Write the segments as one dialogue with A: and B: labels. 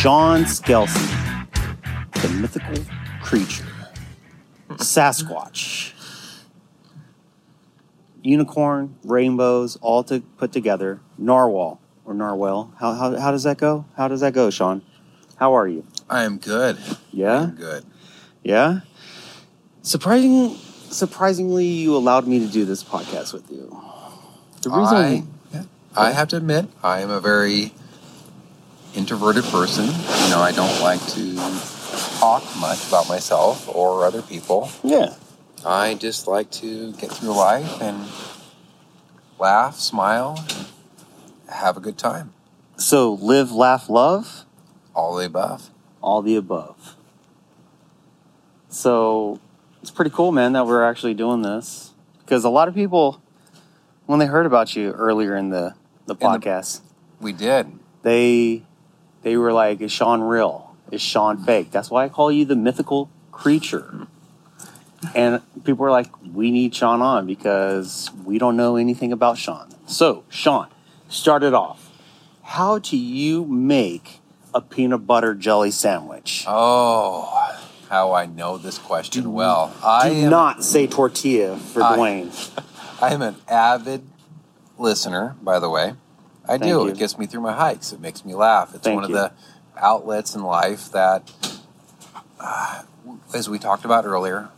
A: John Skelsey, the mythical creature, Sasquatch, unicorn, rainbows, all to put together, narwhal or narwhal. How, how, how does that go? How does that go, Sean? How are you?
B: I am good.
A: Yeah?
B: I'm good.
A: Yeah? Surprising, surprisingly, you allowed me to do this podcast with you. The reason.
B: I, I have to admit, I am a very introverted person. You know, I don't like to talk much about myself or other people.
A: yeah.
B: I just like to get through life and laugh, smile, have a good time.
A: So live, laugh, love.
B: All the above.
A: all the above. So it's pretty cool, man, that we're actually doing this because a lot of people, when they heard about you earlier in the, the
B: the-
A: podcast,
B: We did.
A: they they were like, "Is Sean real? Is Sean fake?" That's why I call you the mythical creature. And people were like, "We need Sean on because we don't know anything about Sean." So, Sean, start it off. How do you make a peanut butter jelly sandwich?
B: Oh, how I know this question well. I
A: Do
B: am,
A: not say tortilla for
B: I-
A: Dwayne.
B: I am an avid listener, by the way. I
A: Thank
B: do.
A: you.
B: It gets me through my hikes. It makes me laugh. It's
A: Thank
B: one
A: you.
B: of the outlets in life that, uh, as we talked about earlier,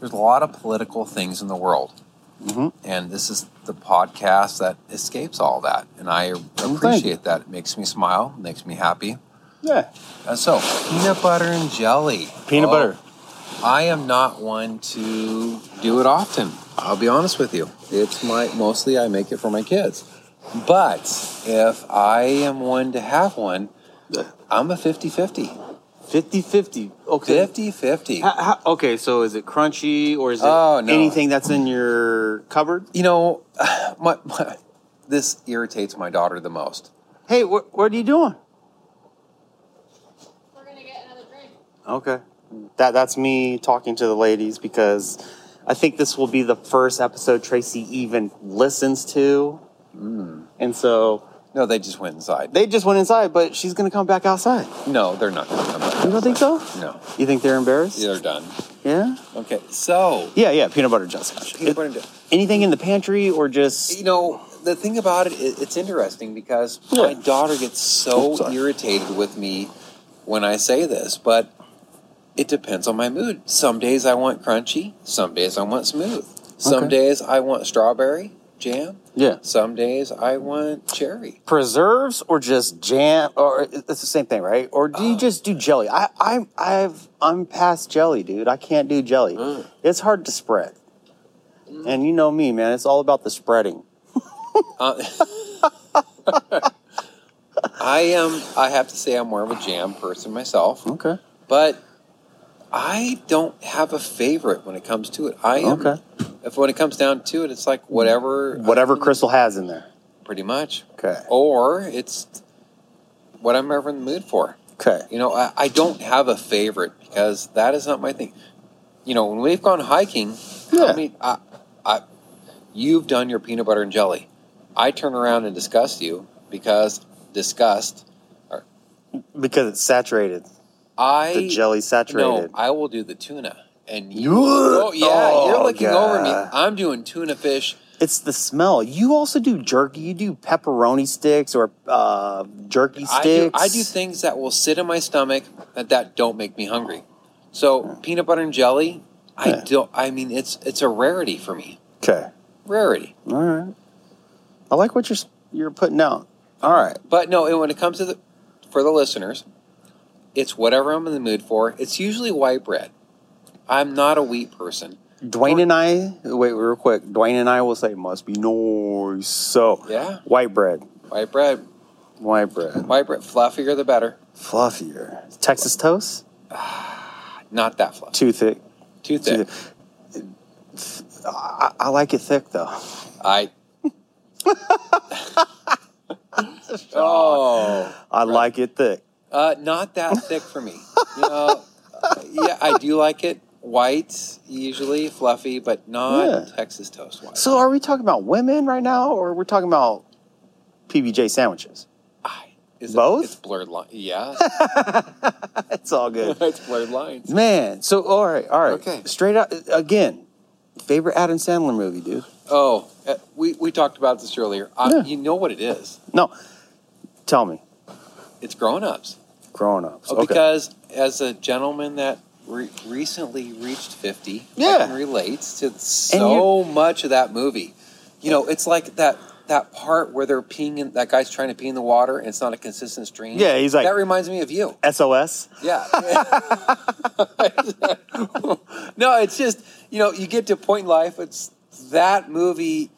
B: there's a lot of political things in the world.
A: Mhm.
B: And this is the podcast that escapes all that. And I
A: you.
B: appreciate that. It makes me smile, makes me happy.
A: Yeah,
B: Uh, so, peanut butter and jelly.
A: peanut
B: Oh,
A: butter.
B: I am not one to do it often. I'll be honest with you. It's my mostly I make it for my kids. But if I am one to have one, I'm a 50-50.
A: 50-50. Okay.
B: 50-50.
A: How, how, okay, so is it crunchy or is it
B: Oh, no.
A: anything that's in your cupboard?
B: You know, my, my this irritates my daughter the most.
A: Hey, wh- what are you doing?
C: We're gonna get another drink.
A: Okay, that that's me talking to the ladies because I think this will be the first episode Tracy even listens to, and so
B: No, they just went inside.
A: they just went inside, but she's gonna come back outside.
B: No, they're not going to come back.
A: You don't think so?
B: No.
A: You think they're embarrassed?
B: They're done.
A: Yeah.
B: Okay, so
A: Yeah. Yeah. Peanut butter jelly sandwich.
B: peanut butter and jelly.
A: Anything in the pantry or just
B: you know the thing about it, it it's interesting because my
A: Yeah.
B: daughter gets
A: Oops,
B: so
A: sorry.
B: irritated with me when i say this but it depends on my mood some days i want crunchy some days i want smooth some
A: Okay.
B: days i want strawberry jam
A: yeah.
B: some days i want cherry
A: preserves or just jam or it's the same thing right or do
B: Uh.
A: you just do jelly i i i've i'm past jelly dude i can't do jelly
B: Mm.
A: it's hard to spread and you know me man it's all about the spreading
B: Uh, i am i have to say i'm more of a jam person myself
A: okay
B: but I don't have a favorite when it comes to it. I am.
A: Okay.
B: If when it comes down to it, it's like whatever, um,
A: whatever crystal has in there
B: pretty much.
A: okay
B: Or it's what I'm ever in the mood for.
A: okay
B: You know, I, I don't have a favorite because that is not my thing. You know, when we've gone hiking,
A: Yeah.
B: I mean, I, I, you've done your peanut butter and jelly. I turn around and disgust you because disgust.
A: because it's saturated
B: I
A: the jelly's
B: No,
A: saturated
B: I will do the tuna. And you,
A: You-
B: oh yeah,
A: Oh,
B: you're looking over me.
A: God.
B: I'm doing tuna fish.
A: it's the smell you also do jerky you do pepperoni sticks or uh, jerky sticks
B: I do, I do things that will sit in my stomach that, that don't make me hungry. So peanut butter and jelly, I
A: Yeah.
B: don't. I mean, it's it's a rarity for me.
A: okay
B: Rarity.
A: all right i like what you're s- you're putting out all right
B: But no, and when it comes to the for the listeners, it's whatever I'm in the mood for. It's usually white bread. I'm not a wheat person.
A: Dwayne and I, wait real quick. Dwayne and I will say must be nice. So
B: Yeah,
A: white bread,
B: white bread,
A: white bread,
B: white bread, fluffier the better.
A: fluffier. Texas toast,
B: Not that fluff,
A: too thick. Too
B: too thick.
A: thick. I, I like it thick though.
B: I. oh,
A: I like it thick.
B: uh, not that thick for me. You know, uh, yeah, I do like it white, usually fluffy, but not
A: Yeah.
B: Texas toast white.
A: So are we talking about women right now, or we're talking about PBJ sandwiches?
B: I, Is
A: Both?
B: It, it's blurred line. Yeah,
A: It's all good.
B: it's blurred lines.
A: Man, so all right, all right.
B: Okay.
A: Straight out again. Favorite Adam Sandler movie, dude?
B: Oh, uh, we we talked about this earlier. I,
A: Yeah.
B: You know what it is?
A: No. Tell me.
B: It's grown ups.
A: Growing up.
B: Oh, Because as a gentleman that re- recently reached 50,
A: Yeah.
B: I can relate to so much of that movie. You know, it's like that that part where they're peeing in, that guy's trying to pee in the water and it's not a consistent stream.
A: Yeah, he's like-
B: that reminds me of you.
A: SOS.
B: Yeah. no, it's just, you know, you get to a point in life, it's that movie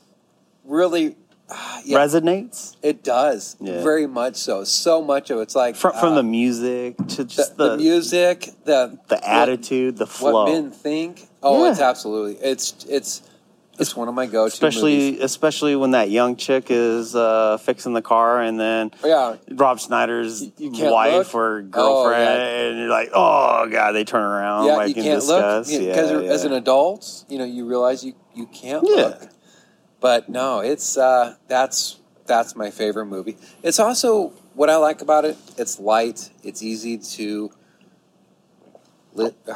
B: really. ah, Yeah,
A: Resonates
B: it does
A: Yeah.
B: very much so. So much of it's like
A: from from
B: uh,
A: the music to just
B: the,
A: the
B: the music, the
A: the attitude, the
B: what,
A: flow.
B: what men think. Oh,
A: Yeah.
B: it's absolutely it's it's it's one of my go-to.
A: especially
B: movies.
A: especially when that young chick is uh, fixing the car and then
B: Oh, yeah,
A: Rob Snyder's
B: You- you can't
A: wife
B: look?
A: or
B: Oh, yeah.
A: girlfriend, and you're like, oh god, they turn around
B: yeah.
A: like
B: you
A: in
B: can't look
A: disgust.
B: because
A: yeah, yeah.
B: as an adult, you know, you realize you you can't
A: Yeah.
B: look. But no, it's uh, that's that's my favorite movie. It's also what I like about it. It's light. It's easy to lit,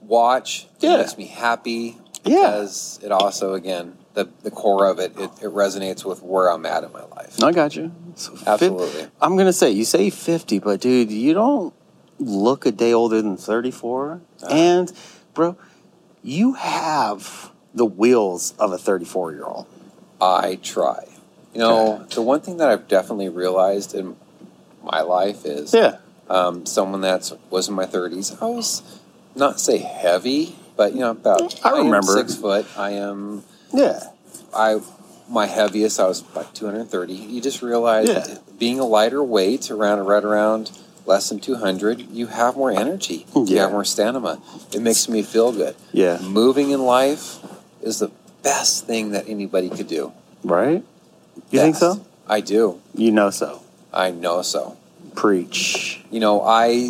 B: watch.
A: Yeah.
B: It makes me happy.
A: Yeah.
B: Because it also, again, the, the core of it, it, it resonates with where I'm at in my life.
A: I got you. So fif-
B: Absolutely.
A: I'm gonna say you say 50, but dude, you don't look a day older than 34. And bro, you have the wheels of a 34 year old.
B: I try. You know, the one thing that I've definitely realized in my life is
A: Yeah.
B: um, someone that was in my 30s, I was not say heavy, but you know, about
A: I
B: am
A: remember.
B: six foot. I am,
A: Yeah.
B: I, my heaviest, I was like 230. You just realize
A: Yeah.
B: being a lighter weight around, right around less than 200, you have more energy, you
A: Yeah.
B: have more stamina. It makes me feel good.
A: Yeah.
B: Moving in life is the best thing that anybody could do.
A: Right? You think
B: Best.
A: so?
B: I do.
A: You know so.
B: I know so.
A: Preach.
B: You know, I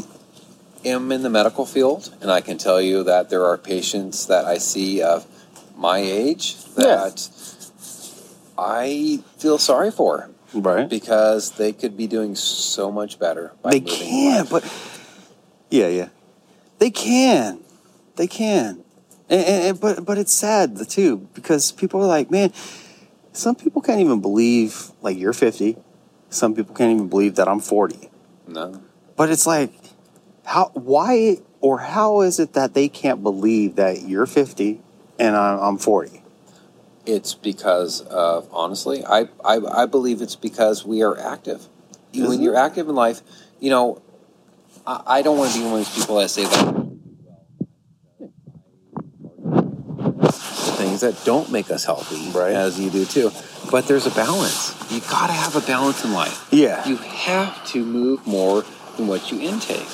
B: am in the medical field, and I can tell you that there are patients that I see of my age that I feel sorry for
A: Right?
B: because they could be doing so much better. By
A: they
B: moving
A: can,
B: life.
A: but yeah, yeah, they can, they can, and, and, and- but but it's sad too because people are like, man, some people can't even believe like you're fifty, some people can't even believe that I'm forty,
B: no,
A: but it's like, how, why, or how is it that they can't believe that you're fifty and I'm, I'm forty?
B: it's because of honestly, I I, I believe it's because we are active.
A: Isn't
B: when
A: it?
B: you're active in life, you know, I, I don't want to be one of those people that say that. Things that don't make us healthy,
A: Right.
B: as you do too. But there's a balance. You gotta have a balance in life.
A: Yeah.
B: You have to move more than what you intake.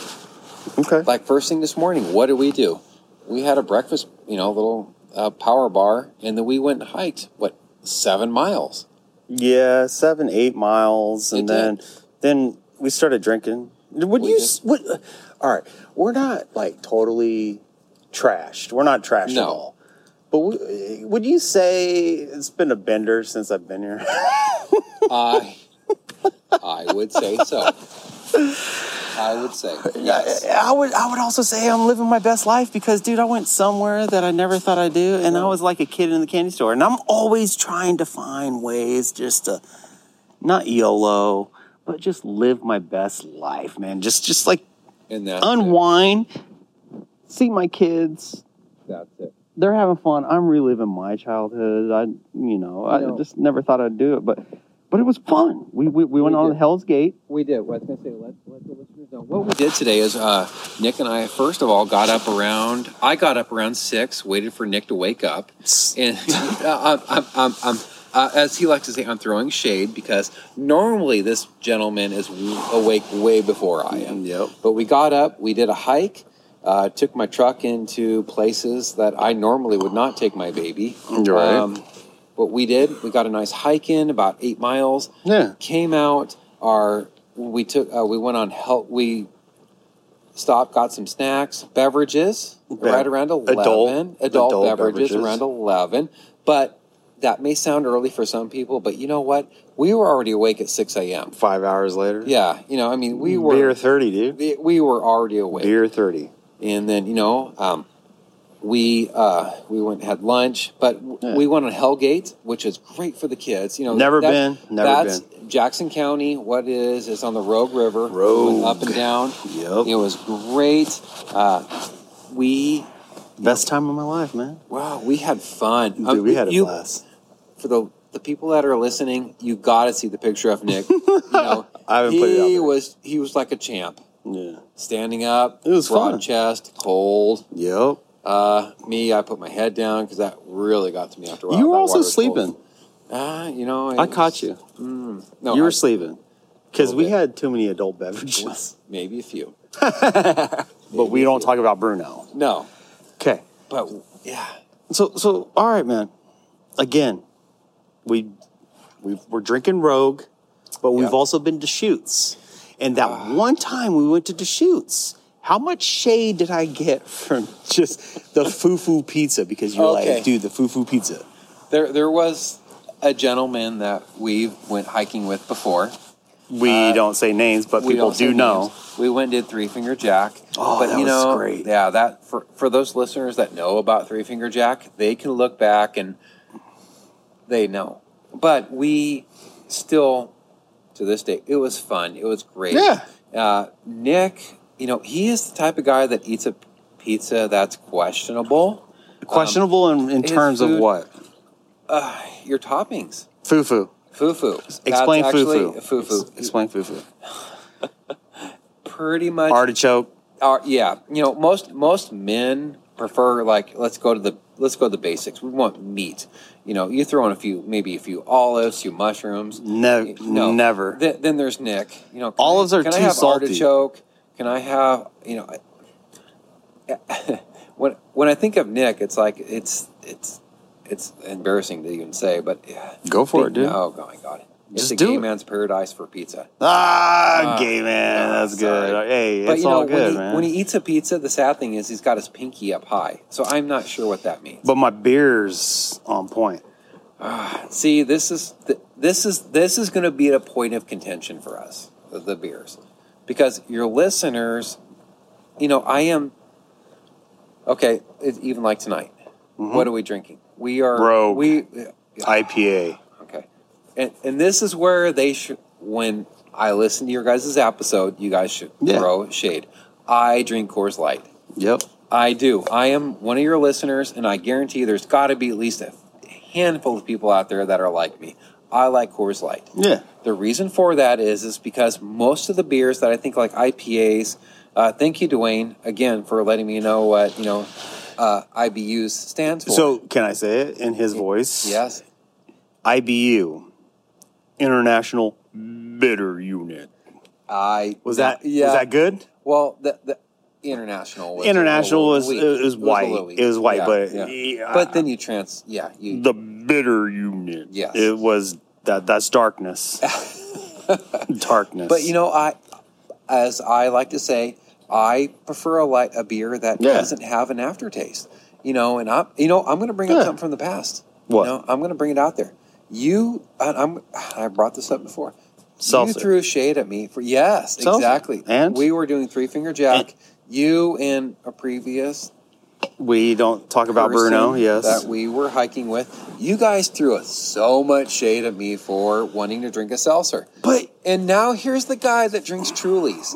A: Okay.
B: Like first thing this morning, what did we do? We had a breakfast, you know, little uh, power bar, and then we went and hiked. What seven miles?
A: Yeah, seven, eight miles, and
B: It
A: then
B: did.
A: then we started drinking. Would
B: We
A: you?
B: did.
A: s What? All right, we're not like totally trashed. We're not trashed
B: No.
A: at all. But w- would you say it's been a bender since I've been here?
B: I I would say so. I would say yes.
A: I, I would. I would also say I'm living my best life because, dude, I went somewhere that I never thought I'd do, and I was like a kid in the candy store. And I'm always trying to find ways just to not YOLO, but just live my best life, man. Just, just like
B: And that's
A: unwind, see my kids.
B: It. That's it.
A: They're having fun. I'm reliving my childhood. I, you know, I
B: You know-
A: just never thought I'd do it, but but it was fun. We we, we went
B: We
A: on
B: did.
A: Hell's Gate.
B: We did. Well, I was going to say, let, let the listeners know. What we did today is uh, Nick and I, first of all, got up around, I got up around six, waited for Nick to wake up. And uh, I'm, I'm, I'm, uh, as he likes to say, I'm throwing shade because normally this gentleman is w- awake way before I am.
A: Yep.
B: But we got up, we did a hike, uh, took my truck into places that I normally would not take my baby. Um,
A: You're right.
B: but we did. We got a nice hike in, about eight miles
A: Yeah.
B: came out. Our we took uh, we went on help. We stopped, got some snacks, beverages
A: Be-
B: right around
A: adult-
B: eleven. Adult,
A: adult
B: beverages,
A: beverages.
B: around eleven. But that may sound early for some people, but you know what? We were already awake at 6 a.m.
C: Five hours later.
B: Yeah, you know, I mean, we were
C: beer thirty, dude.
B: we- we were already awake.
C: Beer thirty.
B: and then you know um, we uh, we went and had lunch but w we went on hellgate which is great for the kids you know
C: Never been, never
B: that's jackson county what is it's on the rogue river We went
C: Rogue. Oh.
B: up and down
C: Yep.
B: it was great uh, we
A: Best time of my life, man. Um,
B: wow we had fun
C: Dude,
B: Uh,
C: we had a
B: you-
C: blast.
B: for the the people that are listening you gotta see the picture of nick you know
C: I haven't
B: he
C: put it out there.
B: was he was like a champ
C: Yeah.
B: standing up
C: It was
B: broad
C: fun.
B: chest cold
C: Yep.
B: Uh, me, I put my head down because that really got to me after a while.
A: you were
B: That
A: also
B: water was cold.
A: sleeping.
B: Ah, you know,
A: I caught you.
C: Oh,
B: No,
A: you were
B: I-
A: sleeping because we
B: Okay.
A: had too many adult beverages,
B: maybe a few.
A: but we don't talk about Bruno.
B: No,
A: Okay.
B: but yeah,
A: So so all right, man. Again, we we we're drinking Rogue, but
B: Yeah. Ah.
A: we've also been to Shoots, and that one time we went to Deschutes. How much shade did I get from just the fufu pizza? Because you're
B: Okay.
A: like, dude, the fufu pizza.
B: there there was a gentleman that we went hiking with before.
A: We don't say names, but
B: Uh, We
A: people
B: don't say
A: do know.
B: names. We went and did Three Finger Jack.
A: Oh,
B: but
A: that
B: you
A: was
B: know,
A: great.
B: Yeah, that for for those listeners that know about Three Finger Jack, they can look back and they know. But we still, to this day, it was fun. It was great.
A: Yeah.
B: Uh, Nick, you know, he is the type of guy that eats a pizza that's questionable.
A: Questionable in, in
B: Um, is
A: terms of
B: food-
A: what?
B: Uh, your toppings,
A: Fufu.
B: fufu.
A: Explain
B: That's
A: fufu.
B: actually- Fufu.
A: Ex- Explain fufu.
B: Pretty much
A: Artichoke.
B: are yeah you know most most men prefer like let's go to the let's go to the basics we want meat you know you throw in a few maybe a few olives few mushrooms
A: No, never.
B: Th- then there's nick you know can
A: Olives
B: I,
A: are
B: can I
A: too
B: have
A: salty.
B: artichoke can i have you know I- when when i think of nick it's like it's it's it's embarrassing to even say but yeah.
A: Go for it, dude.
B: oh my god it's
A: Just
B: a
A: do
B: gay
A: it.
B: man's paradise for pizza
A: Ah,
B: Ah,
A: gay man.
B: yeah,
A: That's
B: sorry.
A: good. Hey,
B: but
A: it's
B: you know,
A: all good,
B: when, he,
A: man.
B: when he eats a pizza, the sad thing is he's got his pinky up high. So I'm not sure what that means.
A: but my beer's on point.
B: See, this is th- this is this is going to be a point of contention for us, the, the beers, because your listeners, you know, I am. Okay, it's even like tonight, what are we drinking? We are
A: Mm-hmm. Rogue.
B: we
A: IPA.
B: okay, and and this is where they should when I listen to your guys' episode, you guys should
A: Yeah.
B: throw shade. I drink Coors Light.
A: Yep.
B: I do. I am one of your listeners, and I guarantee there's got to be at least a handful of people out there that are like me. I like Coors Light.
A: Yeah.
B: The reason for that is is because most of the beers that I think like IPAs. Uh, thank you, Dwayne, again for letting me know what you know. Uh, IBUs stands for.
A: So can I say it in his voice?
B: yes,
A: IBU, International Bitter Unit.
B: I
A: Was
B: no,
A: that was that good?
B: Well, the, the international was
A: International
B: a
A: was-
B: little
A: it was
B: weak. a
A: white.
B: little weak.
A: It was white,
B: Yeah,
A: but-
B: yeah.
A: yeah.
B: but then you trans yeah you
A: The Bitter Unit.
B: Yes.
A: It was that. That's darkness. darkness.
B: But you know, I, as I like to say, I prefer a light a beer that
A: Yeah.
B: doesn't have an aftertaste. You know, and I'm you know I'm going to bring up
A: Yeah.
B: something from the past.
A: What?
B: You know, I'm going to bring it out there. You, and I'm. I brought this up before.
A: Seltzer.
B: You threw shade at me for yes,
A: Seltzer.
B: exactly.
A: And?
B: we were doing three finger jack.
A: And-
B: you and a previous
A: we don't talk about
B: person
A: Bruno. Yes.
B: that we were hiking with. You guys threw us so much shade at me for wanting to drink a seltzer.
A: but
B: And now here's the guy that drinks Trulies.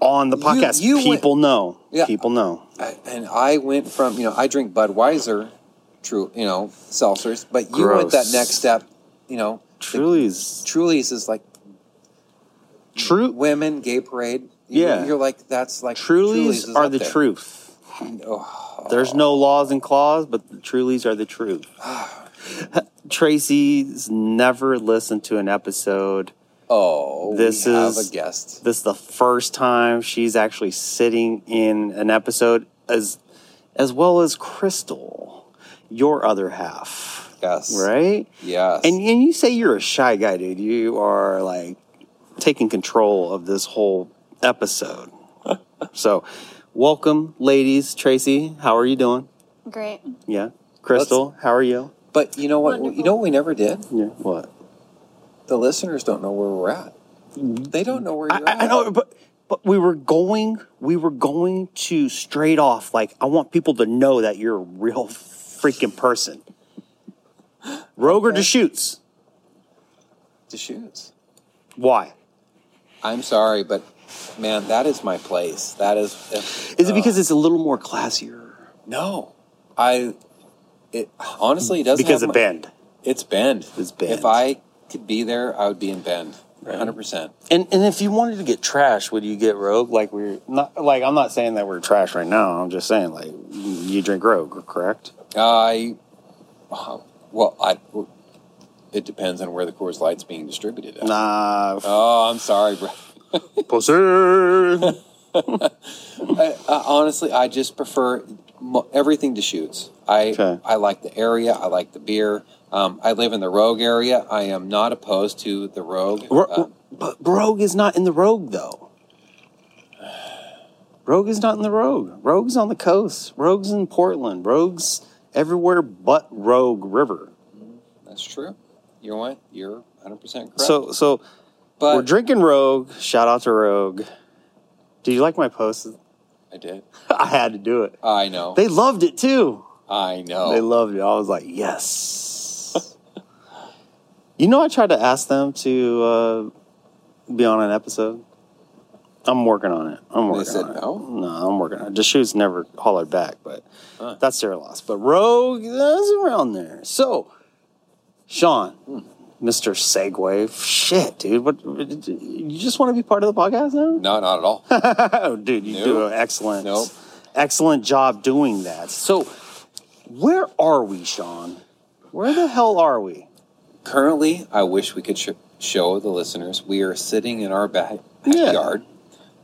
A: on the podcast,
B: you went-
A: people know.
B: Yeah.
A: People know.
B: I- and I went from you know I drink Budweiser, true you know seltzers, but you went that
A: Gross.
B: next step, you know.
A: Truly's
B: Truly's is like
A: true.
B: women gay parade. You-
A: Yeah.
B: you're like that's like
A: Truly's
B: is
A: are
B: up
A: the
B: there. Oh,
A: truth. There's no laws and claws, but the Trulies are the truth. Tracy's never listened to an episode.
B: Oh,
A: This
B: we have
A: is-
B: a guest.
A: This is the first time she's actually sitting in an episode, as as well as Crystal, your other half,
B: Yes,
A: right?
B: Yes,
A: And and you say you're a shy guy, dude. You are like taking control of this whole episode. so, welcome, ladies. Tracy, how are you doing?
D: Great.
A: Yeah. Crystal, how are you?
B: But you know what? You know what we never did.
C: Yeah. What?
B: The listeners don't know where we're at. They don't know where
A: Mm-hmm. I,
B: you're
A: I-
B: at.
A: I know, but but we were going we were going to straight off like I want people to know that you're a real freaking person. Roger
B: Okay.
A: to shoots.
B: the shoots.
A: Why?
B: I'm sorry, but man, that is my place. That is. If,
A: Is it
B: uh,
A: because it's a little more classier?
B: no? I. It honestly it doesn't
A: Because
B: have
A: of
B: my-
A: Bend.
B: It's Bend.
C: It's Bend.
B: If I could be there, I would be in Bend. Hundred percent.
A: And and if you wanted to get trash, would you get Rogue? Like we're not like I'm not saying that we're trash right now. I'm just saying like you drink Rogue, correct?
B: I. uh, Well, I. It depends on where the Coors Light's being distributed. At.
A: Nah,
B: Oh, I'm sorry, bro.
A: pussy.
B: I, I, honestly, I just prefer mo- everything to shoots. I
C: Okay.
B: I like the area. I like the beer. Um, I live in the Rogue area. I am not opposed to the Rogue.
A: Ro-
B: Uh,
A: but Rogue is not in the Rogue though. Rogue is not in the Rogue. Rogue's on the coast. Rogue's in Portland. Rogue's everywhere but Rogue River.
B: that's true. You know what? You're 100 percent correct.
A: So so
B: but
A: we're drinking Rogue. Shout out to Rogue. Did you like my post?
B: I did.
A: I had to do it.
B: I know.
A: They loved it too.
B: I know.
A: They loved it. I was like, yes. you know, I tried to ask them to uh, be on an episode. I'm working on it. I'm working
B: said
A: on
B: no?
A: it. No, I'm working on it. The shoots never hollered back, but
B: Huh.
A: that's their loss. But Rogue that's around there. So, Sean,
B: Hmm.
A: Mr. Segway, shit, dude. What you just want to be part of the podcast now?
B: no, not at all.
A: oh, dude, you do
B: Nope.
A: an excellent,
B: Nope.
A: excellent job doing that. So, where are we, Sean? Where the hell are we?
B: Currently, I wish we could sh- show the listeners we are sitting in our back-
A: Yeah.
B: backyard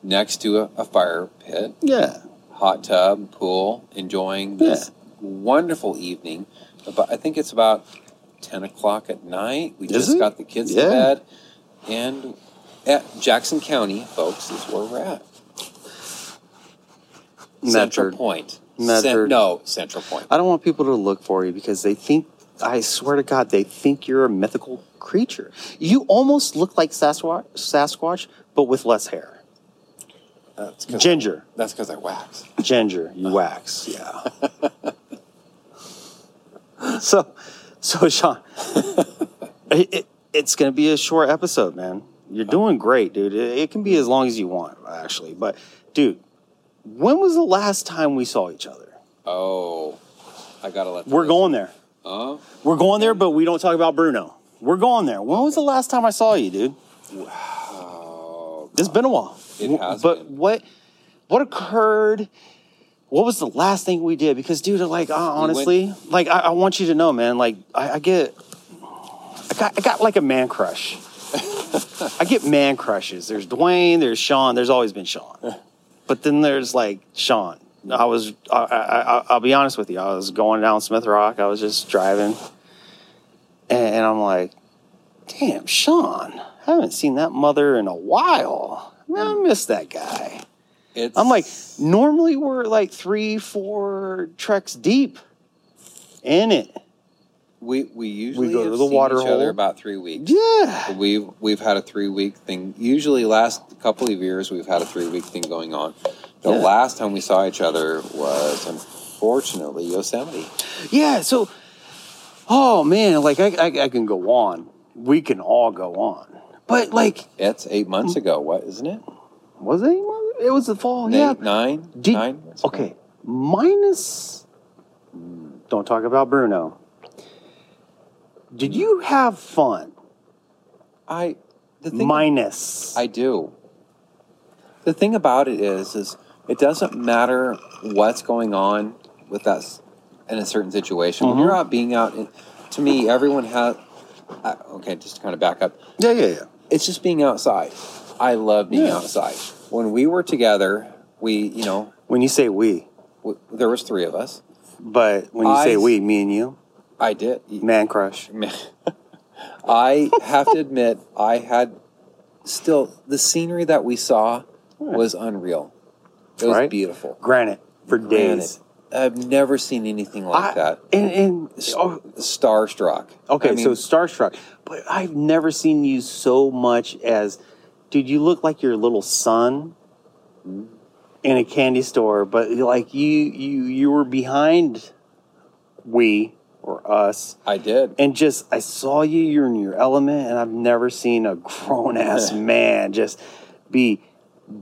B: next to a, a fire pit,
A: Yeah,
B: hot tub, pool, enjoying this wonderful evening. But I think it's about 10 o'clock at night. We
A: Is
B: just
A: it?
B: got the kids
A: Yeah.
B: to bed. And at Jackson County, folks, is where we're at. Central
A: Medford.
B: Point.
A: Medford.
B: no, Central Point.
A: I don't want people to look for you because they think. I swear to God, they think you're a mythical creature. You almost look like Sasquatch, Sasquatch but with less hair.
B: That's 'cause-
A: Ginger,
B: That's because I wax.
A: ginger,
B: Uh.
A: you wax. Yeah. so, so Sean, it, it, it's going to be a short episode, man. You're doing great, dude. It, it can be as long as you want, actually. But, dude, when was the last time we saw each other?
B: Oh, I got to let the
A: We're going there.
B: Oh,
A: We're going there, but we don't talk about Bruno. We're going there. When was the last time I saw you, dude?
B: oh,
A: It's been a while.
B: It
A: W-
B: has
A: But
B: been.
A: what what occurred? What was the last thing we did? Because, dude, like uh, honestly, like I, I want you to know, man. Like I, I get, I got, I got like a man crush. I get man crushes. There's Dwayne. There's Sean. There's always been Sean. But then there's like Sean. I was. I, I, I, I'll be honest with you. I was going down Smith Rock. I was just driving, and, and I'm like, damn, Sean. I haven't seen that mother in a while. Man, I miss that guy.
B: it's
A: I'm like, normally we're like three, four treks deep in it.
B: we we usually
A: go to
B: have
A: the
B: seen
A: water
B: each other
A: hole.
B: about three weeks.
A: Yeah.
B: We've we've had a three week thing. Usually, last couple of years, we've had a three week thing going on. The
A: Yeah.
B: last time we saw each other was unfortunately Yosemite.
A: Yeah. So, oh man, like I, I, I can go on. We can all go on. But like,
B: It's eight
A: Mm.
B: months ago. What isn't it?
A: was it? any month? It was the fall. Oh, yeah.
B: Eight, nine,
A: Did-
B: nine. That's right.
A: Okay. Minus. Don't talk about Bruno. Did you have fun?
B: I the thing
A: Minus.
B: I do. The thing about it is, is it doesn't matter what's going on with us in a certain situation. When
A: Mm-hmm.
B: you're out being out, in, to me, everyone has. I okay, just to kind of back up.
A: yeah, yeah, yeah.
B: It's just being outside. I love being
A: Yeah.
B: outside. When we were together, we, you know,
A: When you say we,
B: w- there was three of us.
A: but when you
B: I-
A: say we, me and you,
B: I did.
A: man crush.
B: I have to admit, I had still the scenery that we saw was unreal. It was
A: Right.
B: beautiful.
A: Granite for
B: Granite.
A: days.
B: I've never seen anything like
A: I-
B: that.
A: And, and
B: S-
A: oh,
B: Starstruck.
A: okay,
B: I mean,
A: so starstruck. But I've never seen you so much as, dude. You look like your little son in a candy store, but like you, you, you were behind we or us,
B: I did.
A: and just I saw you. You're in your element, and I've never seen a grown ass man just be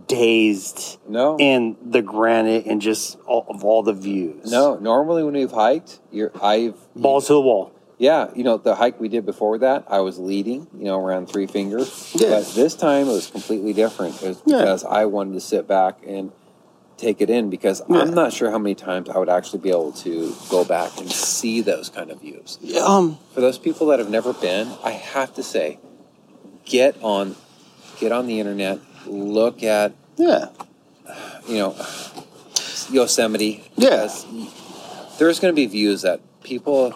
A: dazed
B: No.
A: in the granite and just all, of all the views.
B: No, normally when we've hiked, you're I've
A: balls to the wall.
B: yeah, you know the hike we did before that, I was leading, you know, around three fingers.
C: Yeah.
B: But this time it was completely different. It was
A: Yeah.
B: because I wanted to sit back and take it in because
A: Yeah.
B: I'm not sure how many times I would actually be able to go back and see those kind of views.
A: Um.
B: For those people that have never been, I have to say, get on, get on the internet, look at
A: Yeah.
B: you know Yosemite.
C: Yeah.
B: Because There's going to be views that people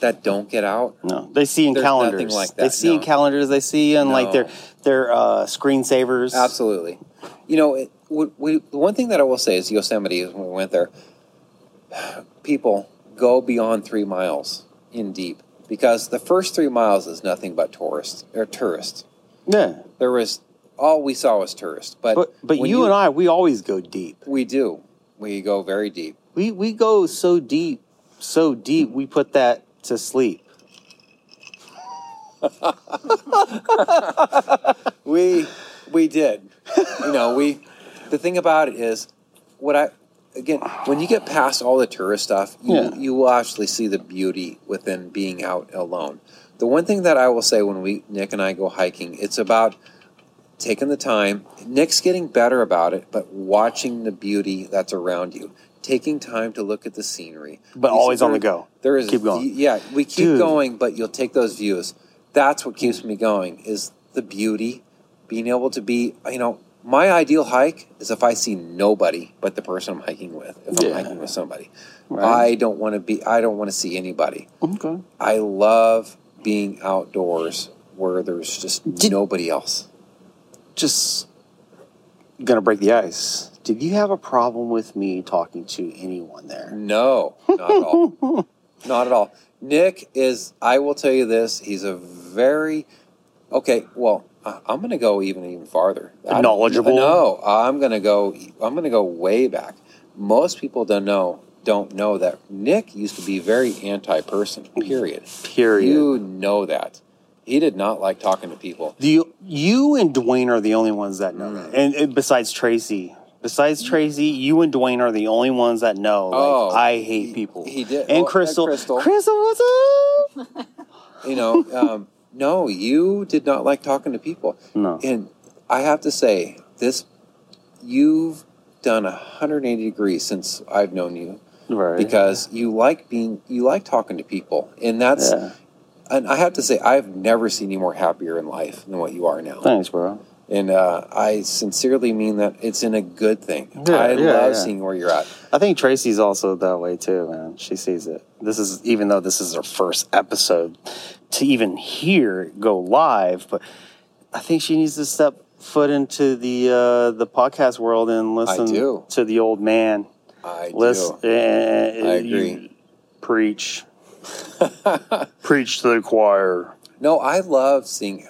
B: that don't get out.
A: No, they see in
B: There's nothing
A: calendars.
B: like
A: They
B: that,
A: see in
B: no.
A: calendars. They see in like their
B: No.
A: their uh, screensavers.
B: Absolutely. You know, it, we, we, one thing that I will say is Yosemite is when we went there. People go beyond three miles in deep because the first three miles is nothing but tourists or tourists.
A: Yeah.
B: There was all we saw was tourists, but
A: But but you,
B: when
A: and I, we always go deep.
B: we do we go very deep.
A: We we go so deep, so deep. We put that to sleep.
B: We we did. you know, we the thing about it is what I again when you get past all the tourist stuff, you,
A: Yeah.
B: you will actually see the beauty within being out alone. The one thing that I will say when we Nick and I go hiking, it's about taking the time. Nick's getting better about it, but watching the beauty that's around you. Taking time to look at the scenery,
A: But
B: You see
A: always on
B: there-
A: the go.
B: There is
A: Keep going.
B: Yeah, we keep
A: Dude.
B: going, but you'll take those views. That's what keeps me going is the beauty, being able to be. You know, my ideal hike is if I see nobody but the person I'm hiking with. If I'm
A: Yeah.
B: hiking with somebody,
A: Right.
B: I don't want to be. I don't want to see anybody.
A: Okay.
B: I love being outdoors where there's just nobody else.
A: Just gonna break the ice. Did you have a problem with me talking to anyone there?
B: No, not at all. not at all. Nick is, I will tell you this, he's a very, okay, well, I- I'm going to go even even farther. I-
A: Knowledgeable?
B: No, I'm going to go, I'm going to go way back. Most people don't know, don't know that Nick used to be very anti-person, period.
A: Mm-hmm. Period.
B: You know that. He did not like talking to people.
A: Do you, you and Dwayne are the only ones that know that. And, and besides Tracy, besides Tracy, you and Dwayne are the only ones that know. Like,
B: Oh,
A: I hate people.
B: he did-
A: And
B: well,
A: oh, Crystal,
B: and Crystal.
A: Crystal, what's up?
B: you know um, no you did not like talking to people
A: No.
B: and i have to say this you've done 180 degrees since i've known you
A: Right.
B: because you like being you like talking to people and that's
A: Yeah.
B: and i have to say i've never seen you more happier in life than what you are now
A: Thanks, bro.
B: and uh, i sincerely mean that it's in a good thing
A: Yeah,
B: i
A: yeah, yeah.
B: love seeing where you're at
A: I think Tracy's also that way too, man. She sees it. This is even though this is her first episode to even hear it go live, but I think she needs to step foot into the uh, the podcast world and listen
B: do.
A: to the old man.
B: i
A: Listen,
B: do I agree.
A: eh, Preach, preach to the choir.
B: no i love seeing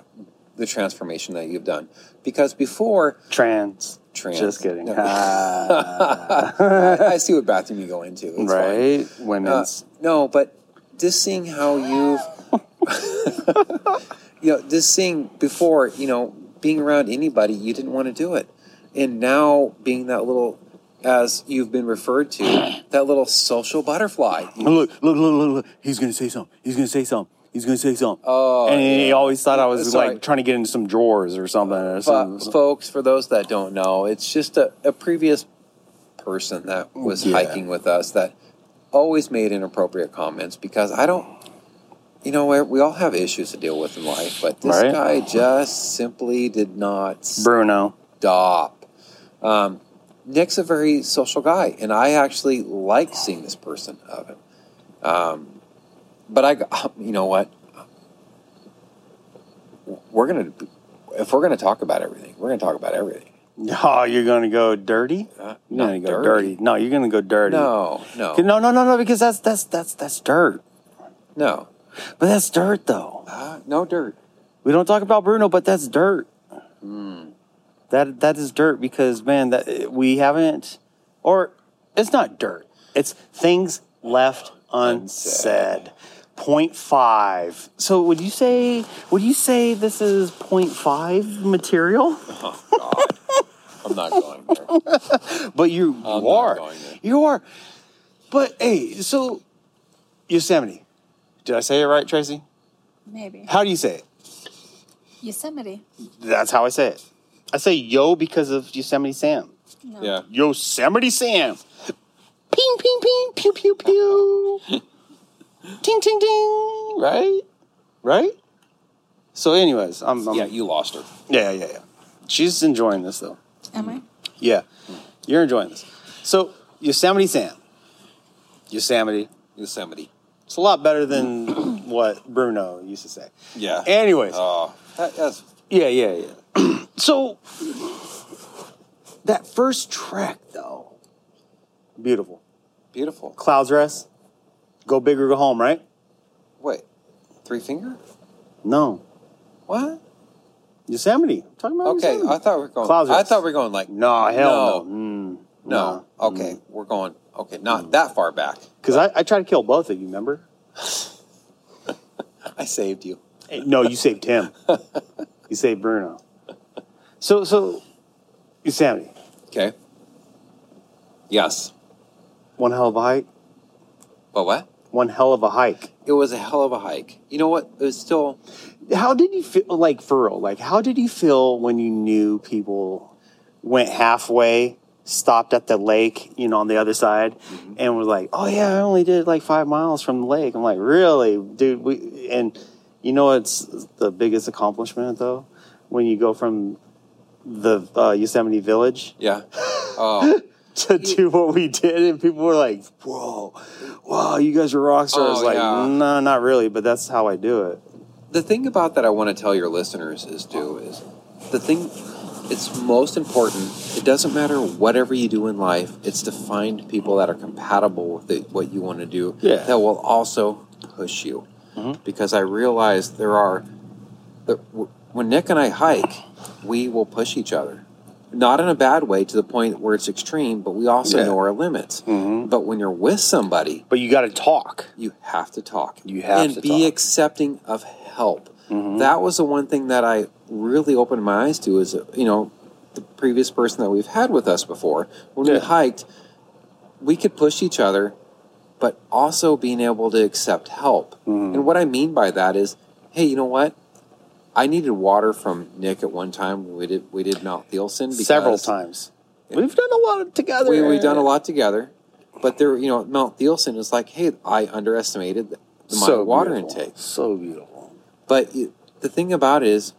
B: the transformation that you've done because before
A: Trans.
B: Trans.
A: Just kidding.
B: No.
A: Ah.
B: I, I see what bathroom you go into. It's fine.
A: right?
B: Uh,
A: Women's.
B: no, but just seeing how you've, you know, just seeing before, you know, being around anybody, you didn't want to do it. And now being that little, as you've been referred to, that little social butterfly.
A: look, look, look, look, look. He's gonna say something. He's gonna say something. He's gonna say something.
B: Oh,
A: and he
B: yeah.
A: always thought I was
B: Sorry.
A: like trying to get into some drawers or something. or some-
B: But folks, for those that don't know, it's just a, a previous person that was
A: Yeah.
B: hiking with us that always made inappropriate comments because I don't, you know, we- we all have issues to deal with in life, but this
A: Right.
B: guy just simply did not
A: Bruno.
B: stop. Um, Nick's a very social guy, and I actually like seeing this person of him. Um, but I, got- you know what? We're gonna, if we're gonna talk about everything, we're gonna talk about everything.
A: Oh, you're gonna go dirty?
B: Uh,
A: You're
B: not
A: gonna go dirty.
B: dirty.
A: No, you're gonna go dirty.
B: No, no,
A: no, no, no, no, because that's that's that's that's dirt.
B: no,
A: But that's dirt though.
B: uh, no dirt.
A: We don't talk about Bruno, but that's dirt.
B: Hmm.
A: That that is dirt because man, that we haven't, or it's not dirt. It's things left unsaid. Point five. So would you say would you say this is point five material?
B: Oh, I'm not going there.
A: But you
B: not
A: are.
B: going there.
A: You are. But hey, so Yosemite. Did I say it right, Tracy?
D: Maybe.
A: How do you say it?
D: Yosemite.
A: That's how I say it. I say yo because of Yosemite Sam.
D: No.
B: Yeah,
A: Yosemite Sam. Ping, ping, ping, pew, pew, pew. ting, ting, ting. Right? Right? So, anyways, I'm. I'm
B: yeah, you lost her.
A: yeah, yeah, yeah. She's enjoying this, though.
D: Am I?
A: Yeah. You're enjoying this. So, Yosemite Sam. Yosemite.
B: Yosemite.
A: It's a lot better than what Bruno used to say.
B: Yeah.
A: Anyways.
B: Oh, that, that's
A: Yeah, yeah, yeah. so that first track though, beautiful.
B: beautiful.
A: Clouds rest. Go big or go home, right?
B: Wait, three finger?
A: No.
B: What?
A: Yosemite. I'm talking about
B: Okay,
A: Yosemite.
B: I thought we were going.
A: Clouds
B: I
A: rest.
B: thought we were going like no,
A: no, hell no. Mm,
B: Okay, we're going. Okay, not that far back.
A: Because I, I tried to kill both of you, remember?
B: I saved you.
A: Hey, No, you saved him. you saved Bruno. So so Yosemite.
B: Okay. Yes.
A: One hell of a hike.
B: But what?
A: One hell of a hike.
B: It was a hell of a hike. You know what? It was still.
A: how did you feel like for real like how did you feel when you knew people went halfway stopped at the lake you know on the other side
B: Mm-hmm.
A: and was like oh yeah i only did like five miles from the lake i'm like really dude we and you know it's the biggest accomplishment though when you go from the uh, yosemite village
B: Yeah. Oh.
A: to do what we did and people were like whoa wow you guys are rock stars
B: Oh,
A: like
B: yeah.
A: no not really but that's how i do it
B: the thing about that I want to tell your listeners is do is the thing it's most important it doesn't matter whatever you do in life it's to find people that are compatible with it, what you want to do
A: Yeah.
B: that will also push you
A: Mm-hmm.
B: because I realize there are the, when Nick and I hike we will push each other not in a bad way to the point where it's extreme but we also
A: Yeah. Mm-hmm.
B: know our limits but when you're with somebody
A: but you got to talk
B: you have to talk.
A: You have
B: and
A: to
B: be
A: talk. Mm-hmm.
B: accepting of help. That was the one thing that I really opened my eyes to is uh, you know the previous person that we've had with us before when we
A: Yeah.
B: hiked, we could push each other, but also being able to accept help.
A: Mm-hmm.
B: And what I mean by that is, hey, you know what? I needed water from Nick at one time. when We did we did Mount Thielson because
A: several times. We've done a lot together.
B: we, we've done a lot together, but there, you know, Mount Thielson is like, hey, I underestimated the amount of water
A: beautiful.
B: intake.
A: So beautiful.
B: But you, the thing about it is,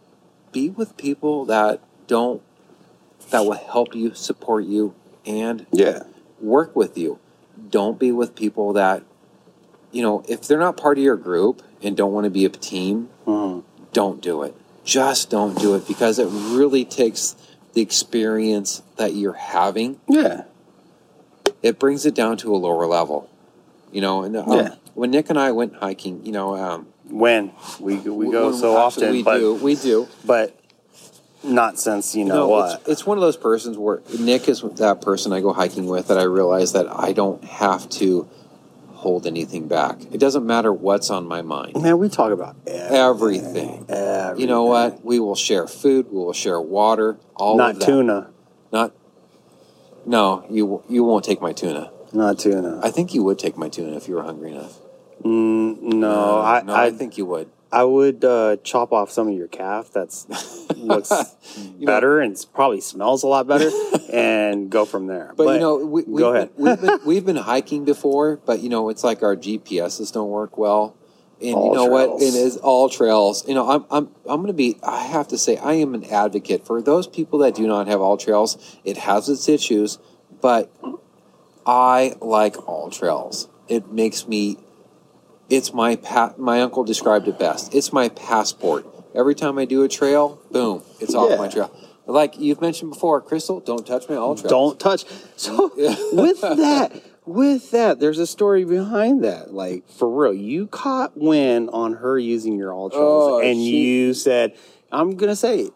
B: be with people that don't, that will help you, support you, and
A: Yeah.
B: work with you. Don't be with people that, you know, if they're not part of your group and don't want to be a team,
A: Mm-hmm.
B: don't do it. Just don't do it because it really takes the experience that you're having
A: Yeah.
B: it brings it down to a lower level, you know. And um,
A: Yeah.
B: when Nick and I went hiking, you know, um,
A: When we we go
B: when-
A: so
B: actually,
A: often,
B: we
A: but
B: do, we do.
A: but not since you know
B: No,
A: what.
B: It's, it's one of those persons where Nick is that person I go hiking with that I realize that I don't have to hold anything back. It doesn't matter what's on my mind.
A: Man, we talk about everything.
B: Everything. You know what? We will share food. We will share water. All
A: Not
B: of that.
A: tuna.
B: Not. No, you you won't take my tuna.
A: Not tuna.
B: I think you would take my tuna if you were hungry enough.
A: Mm, no, I,
B: no,
A: I,
B: I think you would.
A: I would uh, chop off some of your calf. That's looks
B: know-
A: better and s- probably smells a lot better, and go from there.
B: But, you know, we, we've,
A: go ahead.
B: Been, we've, been, we've been hiking before, but you know, it's like our GPSs don't work well. And
A: All
B: you know what?
A: trails.
B: It is all trails. You know, I'm I'm I'm going to be. I have to say, I am an advocate for those people that do not have all trails. It has its issues, but I like all trails. It makes me. It's my pa- my uncle described it best. It's my passport. Every time I do a trail, boom, it's off
A: Yeah.
B: my trail. Like you've mentioned before, Crystal, don't touch my ultra.
C: Don't touch. So with that, with that, there's a story behind that. Like for real, you caught wind on her using your ultras,
B: Oh,
C: and
B: she-
C: you said, "I'm gonna say, it.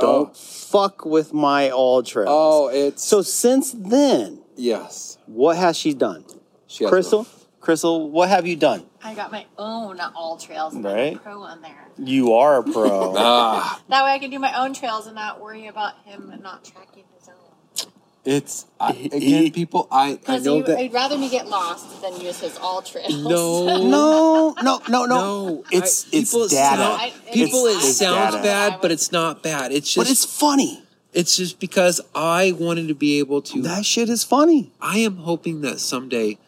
C: don't
B: Oh.
C: fuck with my ultras."
B: Oh, it's
C: so since then,
B: yes.
C: what has she done,
B: She has
C: Crystal? Crystal, what have you done?
D: I got my own all trails and
A: Right.
D: right? pro on there.
A: You are a pro.
B: Ah,
D: That way I can do my own trails and not worry about him not tracking his own.
B: it's I,
A: He-
B: again,
A: he-
B: people. I I
D: Because
B: know that
D: I'd rather me get lost than use his all trails.
B: no.
A: no, no, no, no.
B: No,
A: It's-
B: I-
A: it's
B: people
A: data.
B: sound-
D: I- it
B: people,
D: is-
B: it
D: I-
B: sounds
A: data.
B: bad, but it's not bad. It's
A: but
B: just
A: it's funny.
B: It's just because I wanted to be able to.
A: That shit is funny.
B: I am hoping that someday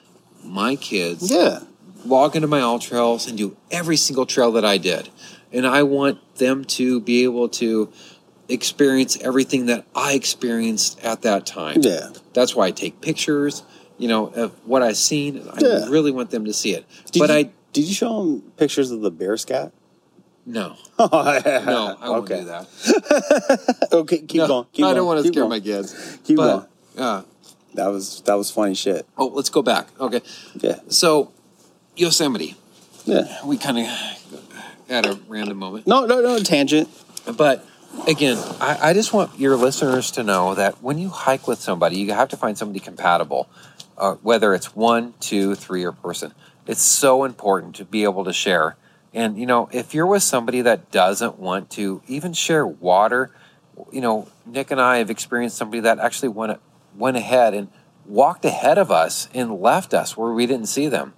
B: my kids
A: Yeah.
B: log into my all trails and do every single trail that I did. And I want them to be able to experience everything that I experienced at that time.
C: Yeah.
B: That's why I take pictures, you know, of what I've seen. I
C: Yeah.
B: really want them to see it.
C: Did
B: but
C: you,
B: I,
C: did you show him pictures of the bear scat?
B: no,
C: no,
B: no, I won't
C: okay.
B: do that.
C: Okay, keep
B: No,
C: going. Keep
B: I
C: going,
B: don't want to
C: keep
B: scare
C: going.
B: my kids.
C: Keep
B: but,
C: going.
B: uh,
C: That was that was funny shit.
B: oh, let's go back. Okay.
C: Yeah,
B: So, Yosemite.
C: yeah.
B: we kind of had a random moment.
C: No, no, no. Tangent.
B: But again, I, I just want your listeners to know that when you hike with somebody, you have to find somebody compatible, uh, whether it's one, two, three, or person. It's so important to be able to share. And, you know, if you're with somebody that doesn't want to even share water, you know, Nick and I have experienced somebody that actually went, went ahead and walked ahead of us and left us where we didn't see them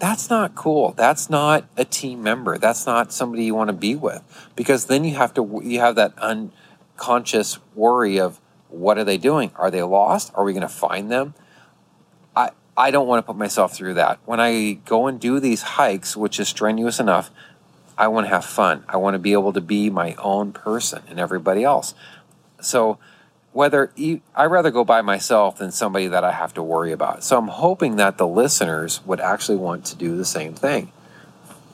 B: that's not cool. That's not a team member. That's not somebody you want to be with because then you have to you have that unconscious worry of what are they doing? Are they lost? Are we going to find them? I I don't want to put myself through that. When I go and do these hikes, which is strenuous enough, I want to have fun. I want to be able to be my own person and everybody else. So whether e- I rather go by myself than somebody that I have to worry about. So I'm hoping that the listeners would actually want to do the same thing.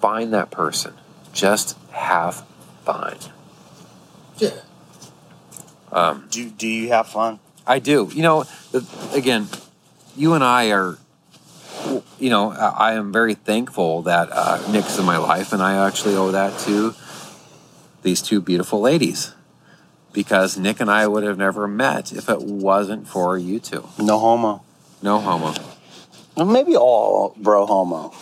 B: Find that person. Just have fun.
A: Do do you have fun?
B: I do. You know, the- again, you and I are. You know, I I am very thankful that uh, Nick's in my life, and I actually owe that to these two beautiful ladies, because Nick and I would have never met if it wasn't for you two.
A: No homo.
B: No homo.
A: Well, Maybe all bro homo.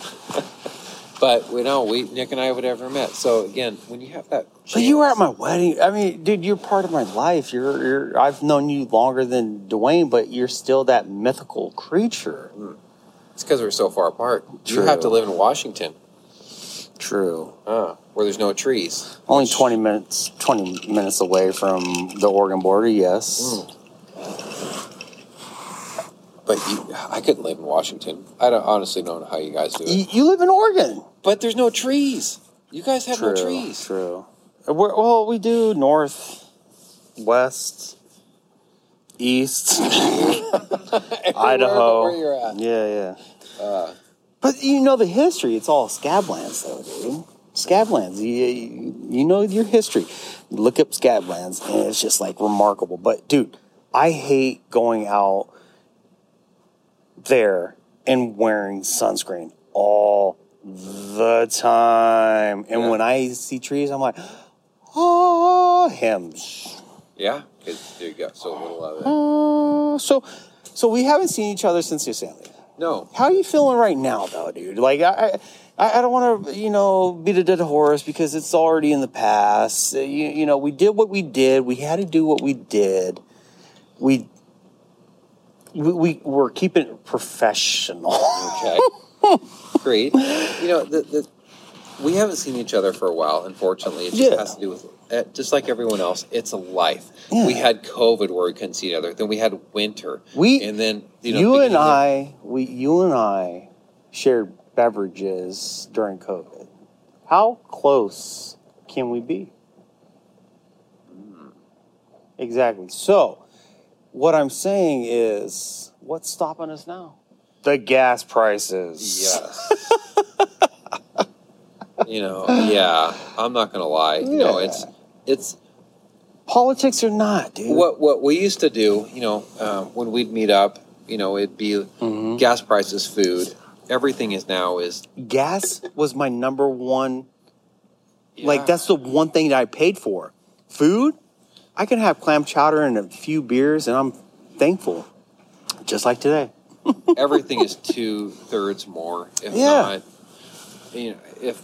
B: But we know we Nick and I would ever met. So again, when you have that,
A: But you were at
B: chance-
A: my wedding. I mean, dude, you're part of my life. You're, you're I've known you longer than Dwayne, but you're still that mythical creature.
B: it's because we're so far apart. You
A: True.
B: have to live in Washington,
A: True.
B: uh, where there's no trees.
A: Only 20 minutes 20 minutes away from the Oregon border, yes.
B: But you, I couldn't live in Washington. I don't honestly don't know how you guys do it.
A: You, you live in Oregon.
B: But there's no trees. You guys have
A: True.
B: no trees.
A: True. Uh, We're, well, we do north, west, east,
B: Everywhere
A: Idaho.
B: but Where you're at.
A: Yeah, yeah.
B: Uh,
A: But you know the history. It's all scablands, though, dude. Scablands. You, you, you know your history. Look up scablands, and it's just like remarkable. But dude, I hate going out there and wearing sunscreen all the time. And
B: Yeah.
A: when I see trees, I'm like, oh, hymns.
B: yeah, because you got so little of it.
A: Oh, so, so we haven't seen each other since Yosemite.
B: No.
A: How are you feeling right now, though, dude? Like, I, I, I don't want to, you know, beat a dead horse because it's already in the past. Uh, You, you know, we did what we did. We had to do what we did. We, we, we we're keeping it professional.
B: Okay. Great. You know, the, the, we haven't seen each other for a while, unfortunately. It just
A: Yeah.
B: has to do with, uh, just like everyone else, it's a life.
A: Yeah.
B: We had COVID where we couldn't see each other. Then we had winter.
A: We-
B: and then, you
A: You,
B: know,
A: and
B: beginning of-
A: I, we, you and I, shared beverages during COVID. How close can we be? Hmm. Exactly. So, what I'm saying is, what's stopping us now? The gas prices.
B: Yes. you know, yeah. I'm not gonna lie. You know,
A: Yeah.
B: it's it's
A: Politics or not, dude.
B: What what we used to do, you know, um, when we'd meet up, you know, it'd be
A: Mhm.
B: gas prices, food, everything is now is
A: Gas was my number one.
B: Yeah.
A: Like that's the one thing that I paid for. Food, I can have clam chowder and a few beers, and I'm thankful. Just like today.
B: everything is two thirds more, if
A: Yeah.
B: not, you know, if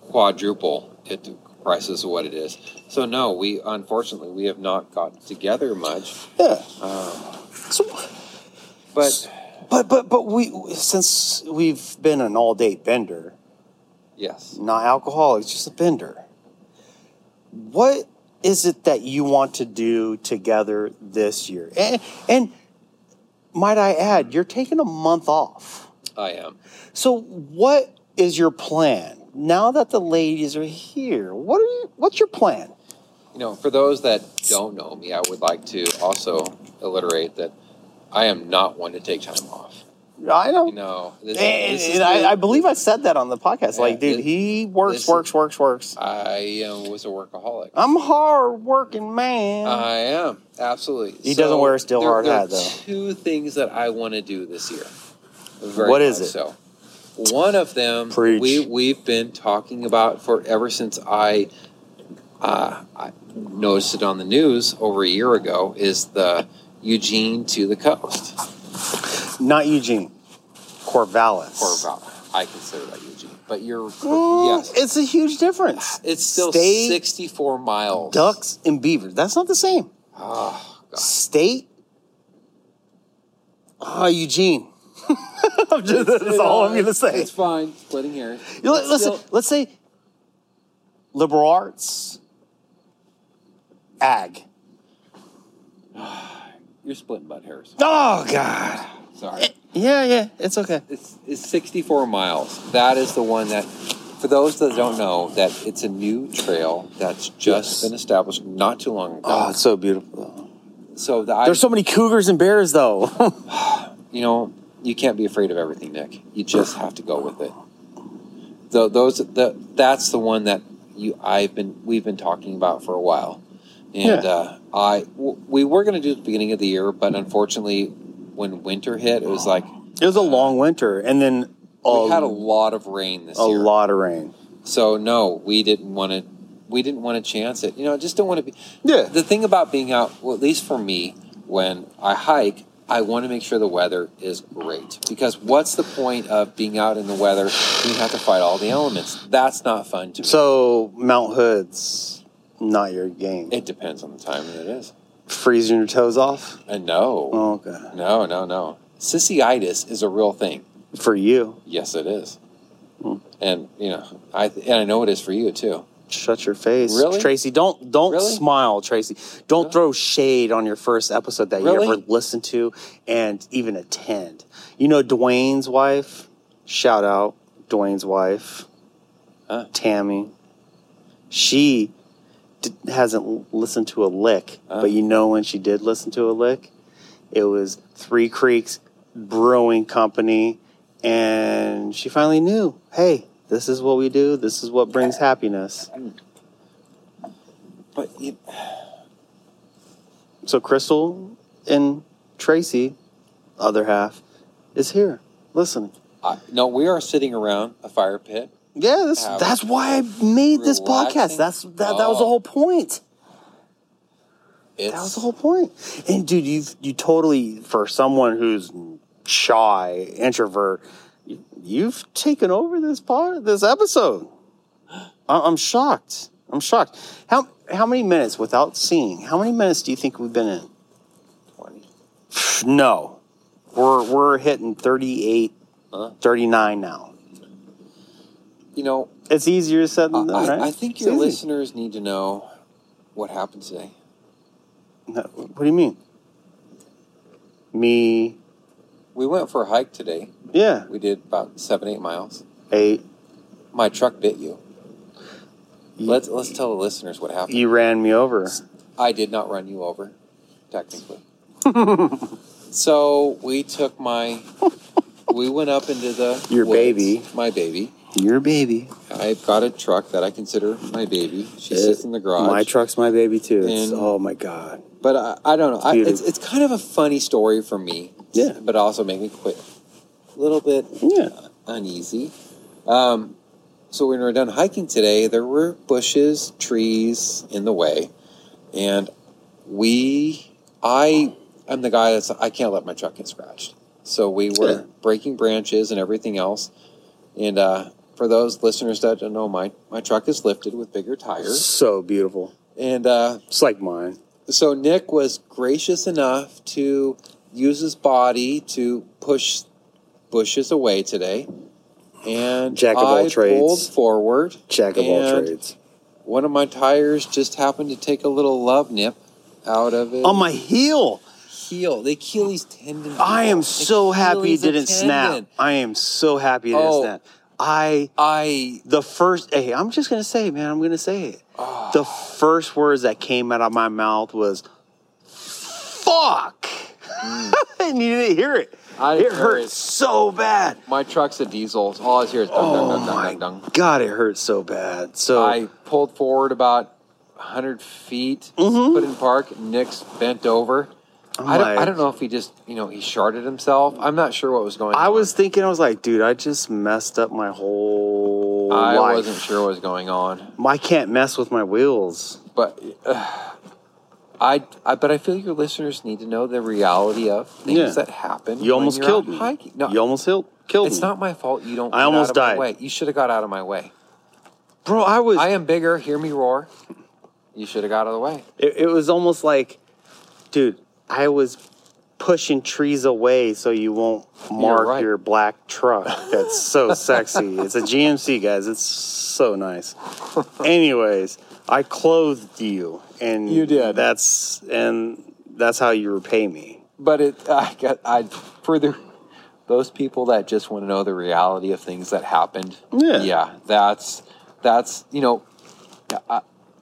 B: quadruple it prices of what it is. So no, we unfortunately we have not gotten together much,
A: Yeah.
B: um,
A: So,
B: but
A: but but but we since we've been an all day bender,
B: yes,
A: not alcoholics, just a bender. What is it that you want to do together this year? And, and might I add, you're taking a month off.
B: I am.
A: So what is your plan now that the ladies are here? What are you, what's your plan?
B: You know, for those that don't know me, I would like to also alliterate that I am not one to take time off.
A: I know.
B: You know, this,
A: and,
B: this is
A: and I,
B: the-
A: I believe I said that on the podcast.
B: Yeah,
A: like, dude,
B: it-
A: he works,
B: this-
A: works, works, works.
B: I uh, was a workaholic.
A: I'm a hard working man.
B: I am absolutely.
A: He doesn't wear a steel
B: there,
A: hard
B: there
A: hat,
B: are
A: though.
B: Two things that I want to do this year. Very
A: What is
B: much
A: it?
B: So, one of them
A: Preach.
B: we we've been talking about for ever since I, uh, I noticed it on the news over a year ago is the Eugene to the coast.
A: Not Eugene. Corvallis.
B: Or about I consider that Eugene, but you're
A: Mm,
B: yes,
A: It's a huge difference.
B: it's still
A: State
B: sixty-four miles.
A: Ducks and beavers. That's not the same.
B: Oh, God.
A: State. Ah, Eugene. I'm just, that's all I'm going to say.
B: uh, It's fine. Splitting hairs.
A: You know,
B: It's
A: Listen,
B: still-
A: let's say liberal arts, ag.
B: You're splitting butt hairs.
A: Oh, God.
B: Sorry.
A: Yeah, yeah, it's okay.
B: It's, it's 64 miles. That is the one that, for those that don't know, that it's a new trail that's
A: Yes.
B: just been established not too long ago.
A: Oh, it's so beautiful.
B: so the, I,
A: There's so many cougars and bears, though.
B: you know, you can't be afraid of everything, Nick. You just have to go with it. Though those the, that's the one that you I've been we've been talking about for a while, and
A: Yeah.
B: uh, I w- we were going to do it at the beginning of the year, but unfortunately, when winter hit, it was like
A: it was a long winter, and then Ah. a,
B: we had a lot of rain this
A: a
B: year.
A: lot of rain.
B: So no, we didn't want to. We didn't want to chance it. You know, I just don't want to be.
A: Yeah.
B: The thing about being out, well, at least for me, when I hike, I want to make sure the weather is great because what's the point of being out in the weather? when You have to fight all the elements. That's not fun to me.
A: So Mount Hood's not your game.
B: it depends on the time that it is.
A: Freezing your toes off.
B: And no,
A: Oh god.
B: no, no, no. Sissyitis is a real thing.
A: For you,
B: Yes, it is. And you know, I and I know it is for you too.
A: shut your face,
B: Really?
A: Tracy. Don't don't
B: Really?
A: smile, Tracy. Don't
B: No.
A: throw shade on your first episode that
B: Really?
A: you ever listened to and even attend. You know Dwayne's wife. Shout out Dwayne's wife,
B: Huh.
A: Tammy. She d- hasn't listened to a lick,
B: Huh.
A: but you know when she did listen to a lick, it was Three Creeks Brewing Company. And she finally knew hey, this is what we do, this is what brings happiness.
B: But you,
A: So, Crystal and Tracy, other half, is here listening.
B: I, no, we are sitting around a fire pit.
A: Yeah, that's,
B: Have-
A: that's why I made this
B: Relaxing.
A: podcast. That's that, that was the
B: Oh.
A: whole point.
B: It's,
A: That was the whole point. And dude, you you totally for someone who's shy, introvert, you- you've taken over this part, this episode. I- I'm shocked. I'm shocked. How how many minutes without seeing? How many minutes do you think we've been in?
B: 20.
A: No, we're we're hitting 38,
B: Huh?
A: 39 now.
B: You know,
A: It's easier said
B: I,
A: than done,
B: I-
A: right?
B: I think
A: It's
B: your
A: easy.
B: listeners need to know what happened today.
A: No, What do you mean? Me?
B: We went for a hike today.
A: Yeah,
B: We did about seven, eight miles.
A: eight.
B: My truck bit you.
A: You-
B: Let's let's tell the listeners what happened.
A: You ran me over.
B: I did not run you over, technically. so we took my. We went up into the
A: Your
B: woods,
A: baby.
B: my baby,
A: Your baby.
B: I've got a truck that I consider my baby.
A: Uh,
B: She sits in the garage.
C: My truck's my baby too. It's,
B: And-
C: oh my god.
B: But I, I don't know. I,
C: Beauty.
B: it's, it's kind of a funny story for me.
C: Yeah.
B: But also make me quit. A little bit
C: Yeah.
B: uneasy. Um, so when we were done hiking today, there were bushes, trees in the way, and we, I, I'm the guy that's I can't let my truck get scratched. So we were
C: Yeah.
B: breaking branches and everything else. And uh, for those listeners that don't know, my my truck is lifted with bigger tires,
C: So beautiful.
B: and uh,
C: It's like mine.
B: so Nick was gracious enough to use his body to push bushes away today, and
C: Jack of all
B: I
C: trades.
B: pulled forward.
C: Jack of all
B: and
C: trades.
B: One of my tires just happened to take a little love nip out of it.
A: On my heel.
B: heel, the Achilles tendon.
A: I am so happy it
B: Achilles
A: didn't snap.
B: tendon.
A: I am so happy it didn't
B: Oh.
A: snap. I
B: I
A: the first hey, I'm just gonna say, it, man, I'm gonna say it.
B: Ah.
A: The first words that came out of my mouth was fuck. and you didn't hear it.
B: Mm. I
A: it
B: heard
A: hurt
B: it.
A: so bad.
B: my truck's a diesel. so All I hear is dung, dung,
A: Oh
B: dung, dung,
A: my
B: dung, dung.
A: god, it hurt so bad. So
B: I pulled forward about 100 feet,
A: Mm-hmm.
B: put in park. Nick's bent over.
A: I'm
B: I don't, I
A: like-
B: don't know if he just, you know, he sharded himself. I'm not sure what was going
A: I
B: on.
A: was thinking, I was like, dude, I just messed up my whole
B: I
A: life.
B: wasn't sure what was going on.
A: I can't mess with my wheels.
B: But uh, I, I, but I feel your listeners need to know the reality of things
A: Yeah.
B: that happen.
A: You
B: when
A: almost
B: you're
A: killed
B: out
A: me.
B: Hiking. No,
A: you almost killed killed
B: it's
A: me.
B: not my fault you don't
A: I
B: get out
A: almost
B: of my
A: died.
B: way. You should have got out of my way.
A: Bro, I was
B: I am bigger. Hear me roar. You should have got out of the way.
A: It, it was almost like, dude, I was pushing trees away so you won't mark
B: right.
A: your black truck. That's so sexy. It's a GMC, guys. It's so nice. Anyways, I clothed you, and
B: You did.
A: That's and that's how you repay me.
B: But it, I got, I further those people that just want to know the reality of things that happened.
A: Yeah.
B: that's that's you know, I,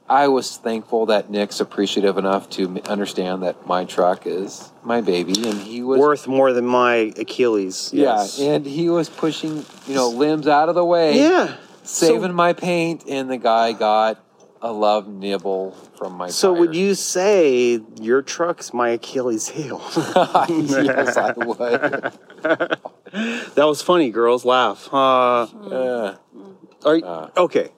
B: I was thankful that Nick's appreciative enough to m- understand that my truck is my baby, and he was
A: Worth more than my Achilles.
B: yeah,
A: Yes.
B: and he was pushing you know limbs out of the way,
A: yeah.
B: saving
A: So,
B: my paint, and the guy got a love nibble from my.
A: so would
B: tire.
A: you say your truck's my Achilles heel?
B: yes, I would.
A: that was funny. Girls laugh. Uh,
B: Yeah.
A: Are you,
B: Uh.
A: okay.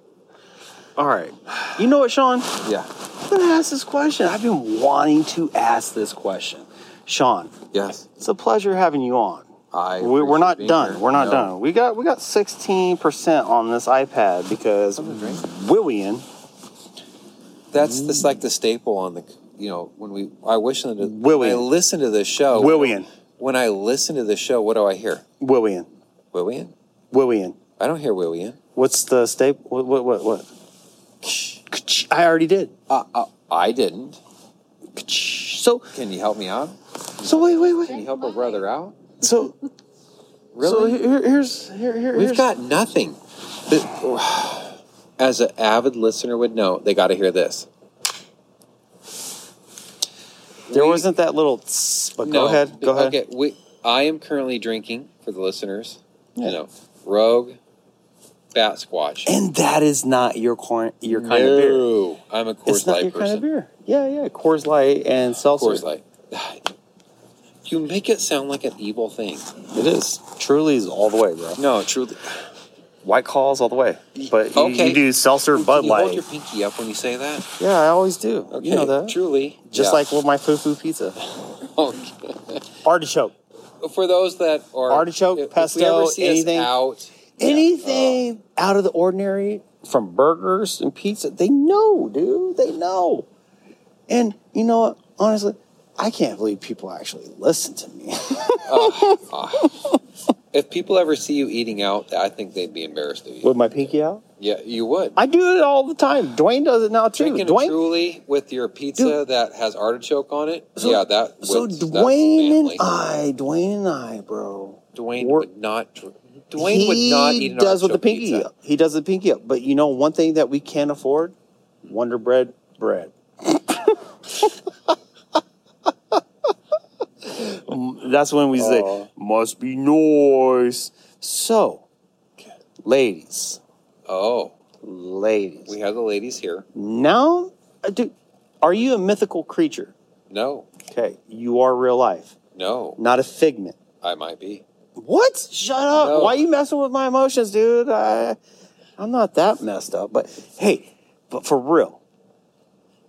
A: All right. You know what, Sean?
B: yeah.
A: I'm gonna ask this question. I've been wanting to ask this question, Sean.
B: Yes.
A: It's a pleasure having you on.
B: I
A: We, we're
B: appreciate
A: not
B: being
A: done.
B: here.
A: We're not
B: No.
A: done. We got we got 16 percent on this iPad because
B: Something to drink?
A: Willian.
B: That's this like the staple on the you know when we I wish to when I
A: Willian.
B: listen to the show
A: Willian.
B: when I listen to the show what do I hear
A: Willian.
B: Willian
A: Willian.
B: I don't hear Willian
A: What's the staple? What what what what? Ka-ching. I already did.
B: uh, uh, I didn't
A: Ka-ching. So
B: can you help me out
A: so wait wait
B: can you
A: wait.
B: help a brother out
A: So so
B: really
A: here, here's here, here here's-
B: we've got nothing The- as an avid listener would know they got to hear this
A: There
B: We-
A: wasn't that little. tss, but go
B: No.
A: ahead. Go ahead.
B: Okay, we, I am currently drinking for the listeners.
A: Yeah.
B: You know, Rogue Bat Squatch.
A: And that is not your corn, your kind of beer.
B: no, I'm a Coors
A: It's not
B: Light
A: your
B: person.
A: kind of beer. Yeah, yeah. Coors Light and seltzer.
B: Coors Light. You make it sound like an evil thing.
A: It is. Truly's all the way, bro.
B: No, truly.
A: White Claws all the way. But you,
B: Okay.
A: you do seltzer Bud
B: Can you hold
A: Light.
B: your pinky up when you say that.
A: Yeah, I always do. You know that.
B: Truly.
A: Just
B: Yeah.
A: like with my fufu pizza.
B: Okay.
A: Artichoke.
B: For those that are
A: Artichoke,
B: if- if we
A: pesto,
B: ever see us
A: anything.
B: out, yeah,
A: Anything out of the ordinary from burgers and pizza, they know, dude. They know. And you know what? Honestly, I can't believe people actually listen to me.
B: uh, if people ever see you eating out, I think they'd be embarrassed of you.
A: with my pinky out.
B: Yeah, you would.
A: I do it all the time. Dwayne does it now too.
B: Drinking
A: Dwayne.
B: truly with your pizza
A: Dude.
B: that has artichoke on it.
A: So-
B: yeah, that. Would,
A: so
B: that's
A: Dwayne
B: family.
A: and uh, I, Dwayne and I, bro.
B: Dwayne
A: we're-
B: would not. dr- Dwayne would not eat an
A: does with the
B: artichoke
A: pinky
B: pizza.
A: up. He does the pinky up. But you know one thing that we can't afford? Wonder Bread bread. Mm, That's when we
B: Aw.
A: say must be noise. So, ladies,
B: Oh,
A: Ladies.
B: we have the ladies here.
A: Now, uh, do, are you a mythical creature?
B: No,
A: Okay, you are real life,
B: no,
A: not a figment.
B: I might be.
A: What? Shut up!
B: No.
A: Why you messing with my emotions, dude? I, I'm not that messed up. But hey, but for real,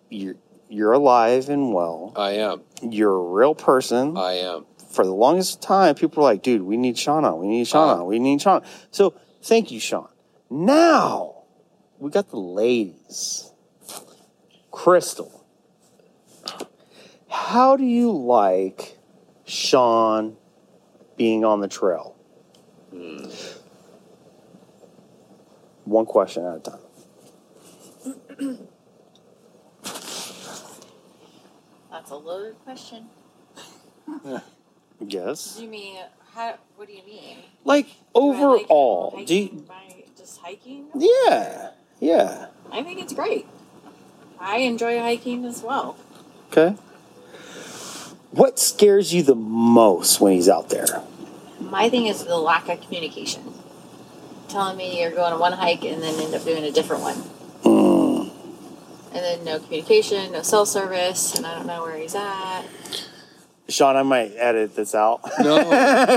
A: you're you're alive and well.
B: I am.
A: You're a real person.
B: I am.
A: for the longest time, people were like, "Dude, we need Sean on. We need Sean
B: Uh.
A: on. We need Sean." So thank you, Sean. Now we got the ladies. Crystal, how do you like Sean being on the trail? One question at a time.
D: That's a loaded question.
A: Yes.
D: You mean how? What do you mean?
A: Like
D: Do I like
A: overall,
D: hiking
A: do you,
D: by just hiking?
A: yeah, yeah.
D: I think it's great. I enjoy hiking as well.
A: Okay. What scares you the most when he's out there?
D: My thing is the lack of communication. Telling me you're going on one hike and then end up doing a different one.
A: Mm.
D: And then no communication, no cell service, and I don't know where he's at.
A: Sean, I might edit this out.
B: No,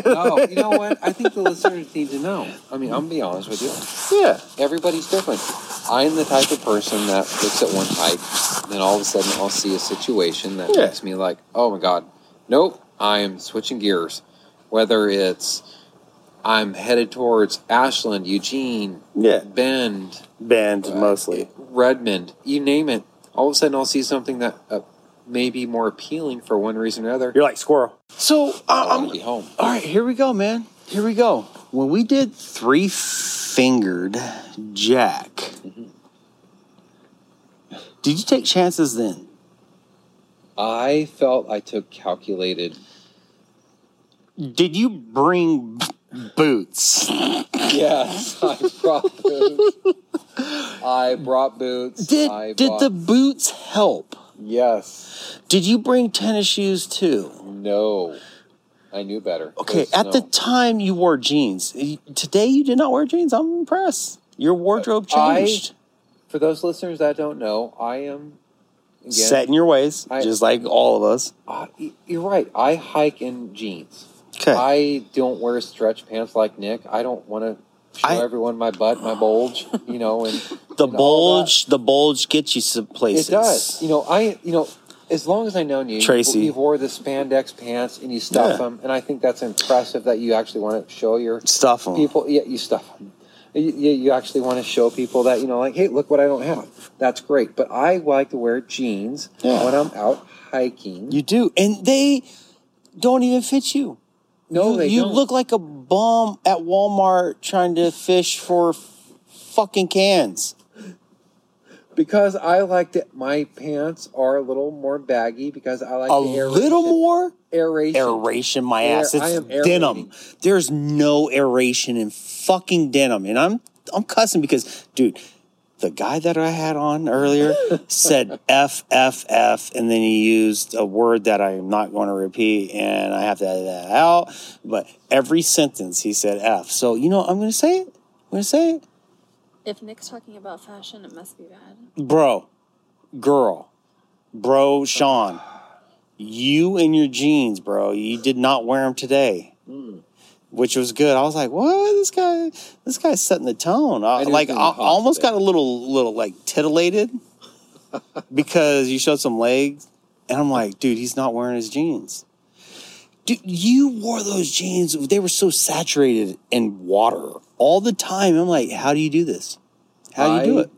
B: no. You know what? I think the listeners need to know. I mean, I'm gonna be honest with you.
A: yeah.
B: Everybody's different. I'm the type of person that looks at one hike, then all of a sudden I'll see a situation that
A: Yeah.
B: makes me like, oh my god, nope, I am switching gears. Whether it's I'm headed towards Ashland, Eugene,
A: Yeah.
B: Bend,
A: Band
B: uh,
A: mostly.
B: Redmond, you name it. All of a sudden I'll see something that uh, may be more appealing for one reason or another.
A: You're like squirrel. So
B: I
A: uh,
B: want to
A: I'm
B: be home.
A: all right. Here we go, man. Here we go. When we did three fingered Jack, did you take chances then?
B: I felt I took calculated.
A: Did you bring b- boots?
B: Yes, I brought boots. I brought boots.
A: Did
B: I
A: did
B: bought-
A: the boots help?
B: yes?
A: Did you bring tennis shoes too?
B: No, I knew better.
A: Okay,
B: There's
A: at the
B: no-
A: time you wore jeans. Y- Today you did not wear jeans. I'm impressed. Your wardrobe
B: Uh, I-
A: changed.
B: for those listeners that don't know, I am again,
A: Set in your ways,
B: I-
A: just like all of us.
B: I- you're right. I hike in jeans.
A: Okay.
B: I don't wear stretch pants like Nick. I don't want to show
A: I-
B: everyone my butt, my bulge. You know, and
A: the
B: and all that.
A: bulge, the bulge gets you some places.
B: It does. You know, I you know, as long as I know you,
A: Tracy.
B: you wore the spandex pants and you stuff
A: Yeah.
B: them, and I think that's impressive that you actually want to show your
A: Stuff 'em.
B: people. Yeah, you stuff them. You, you you actually want to show people that you know, like, hey, look what I don't have. That's great. But I like to wear jeans
A: Yeah.
B: when I'm out hiking.
A: You do, and they don't even fit you.
B: no,
A: you,
B: they
A: you
B: don't.
A: look like a bum at Walmart trying to fish for f- fucking cans.
B: because I like to. My pants are a little more baggy because I like
A: A
B: the aeration-
A: little more
B: aeration.
A: aeration my
B: Air-
A: ass.
B: I
A: It's
B: am aerating.
A: denim. There's no aeration in fucking denim. And I'm I'm cussing because, dude, the guy that I had on earlier said FFF, and then he used a word that I am not going to repeat, and I have to edit that out. But every sentence he said F. So, you know, I'm going to say it. I'm going to say it.
E: If Nick's talking about fashion, it must be bad.
A: Bro, girl, bro, Sean, you and your jeans, bro. You did not wear them today, which was good. I was like, what? This guy, this guy's setting the tone. I,
B: I do
A: like, I,
B: think
A: I
B: hot
A: almost
B: today.
A: got a little, little like titillated because you showed some legs, and I'm like, dude, he's not wearing his jeans. Dude, you wore those jeans. They were so saturated in water all the time. I'm like, how do you do this? How do you do
B: I-
A: it?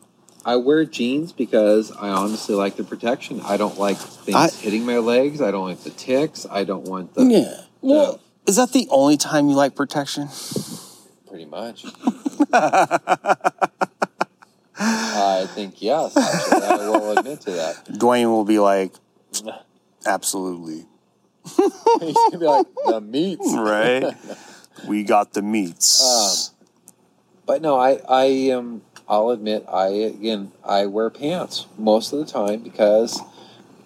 B: I wear jeans because I honestly like the protection. I don't like things
A: I-
B: hitting my legs. I don't like the ticks. I don't want the
A: Yeah. Well, is that the only time you like protection?
B: pretty much. I think yes. Actually, I will admit to that.
A: Dwayne will be like, absolutely.
B: He's gonna be like the meats,
A: Right? Uh, we got the meats.
B: but no, I I Um, I'll admit, I again I wear pants most of the time because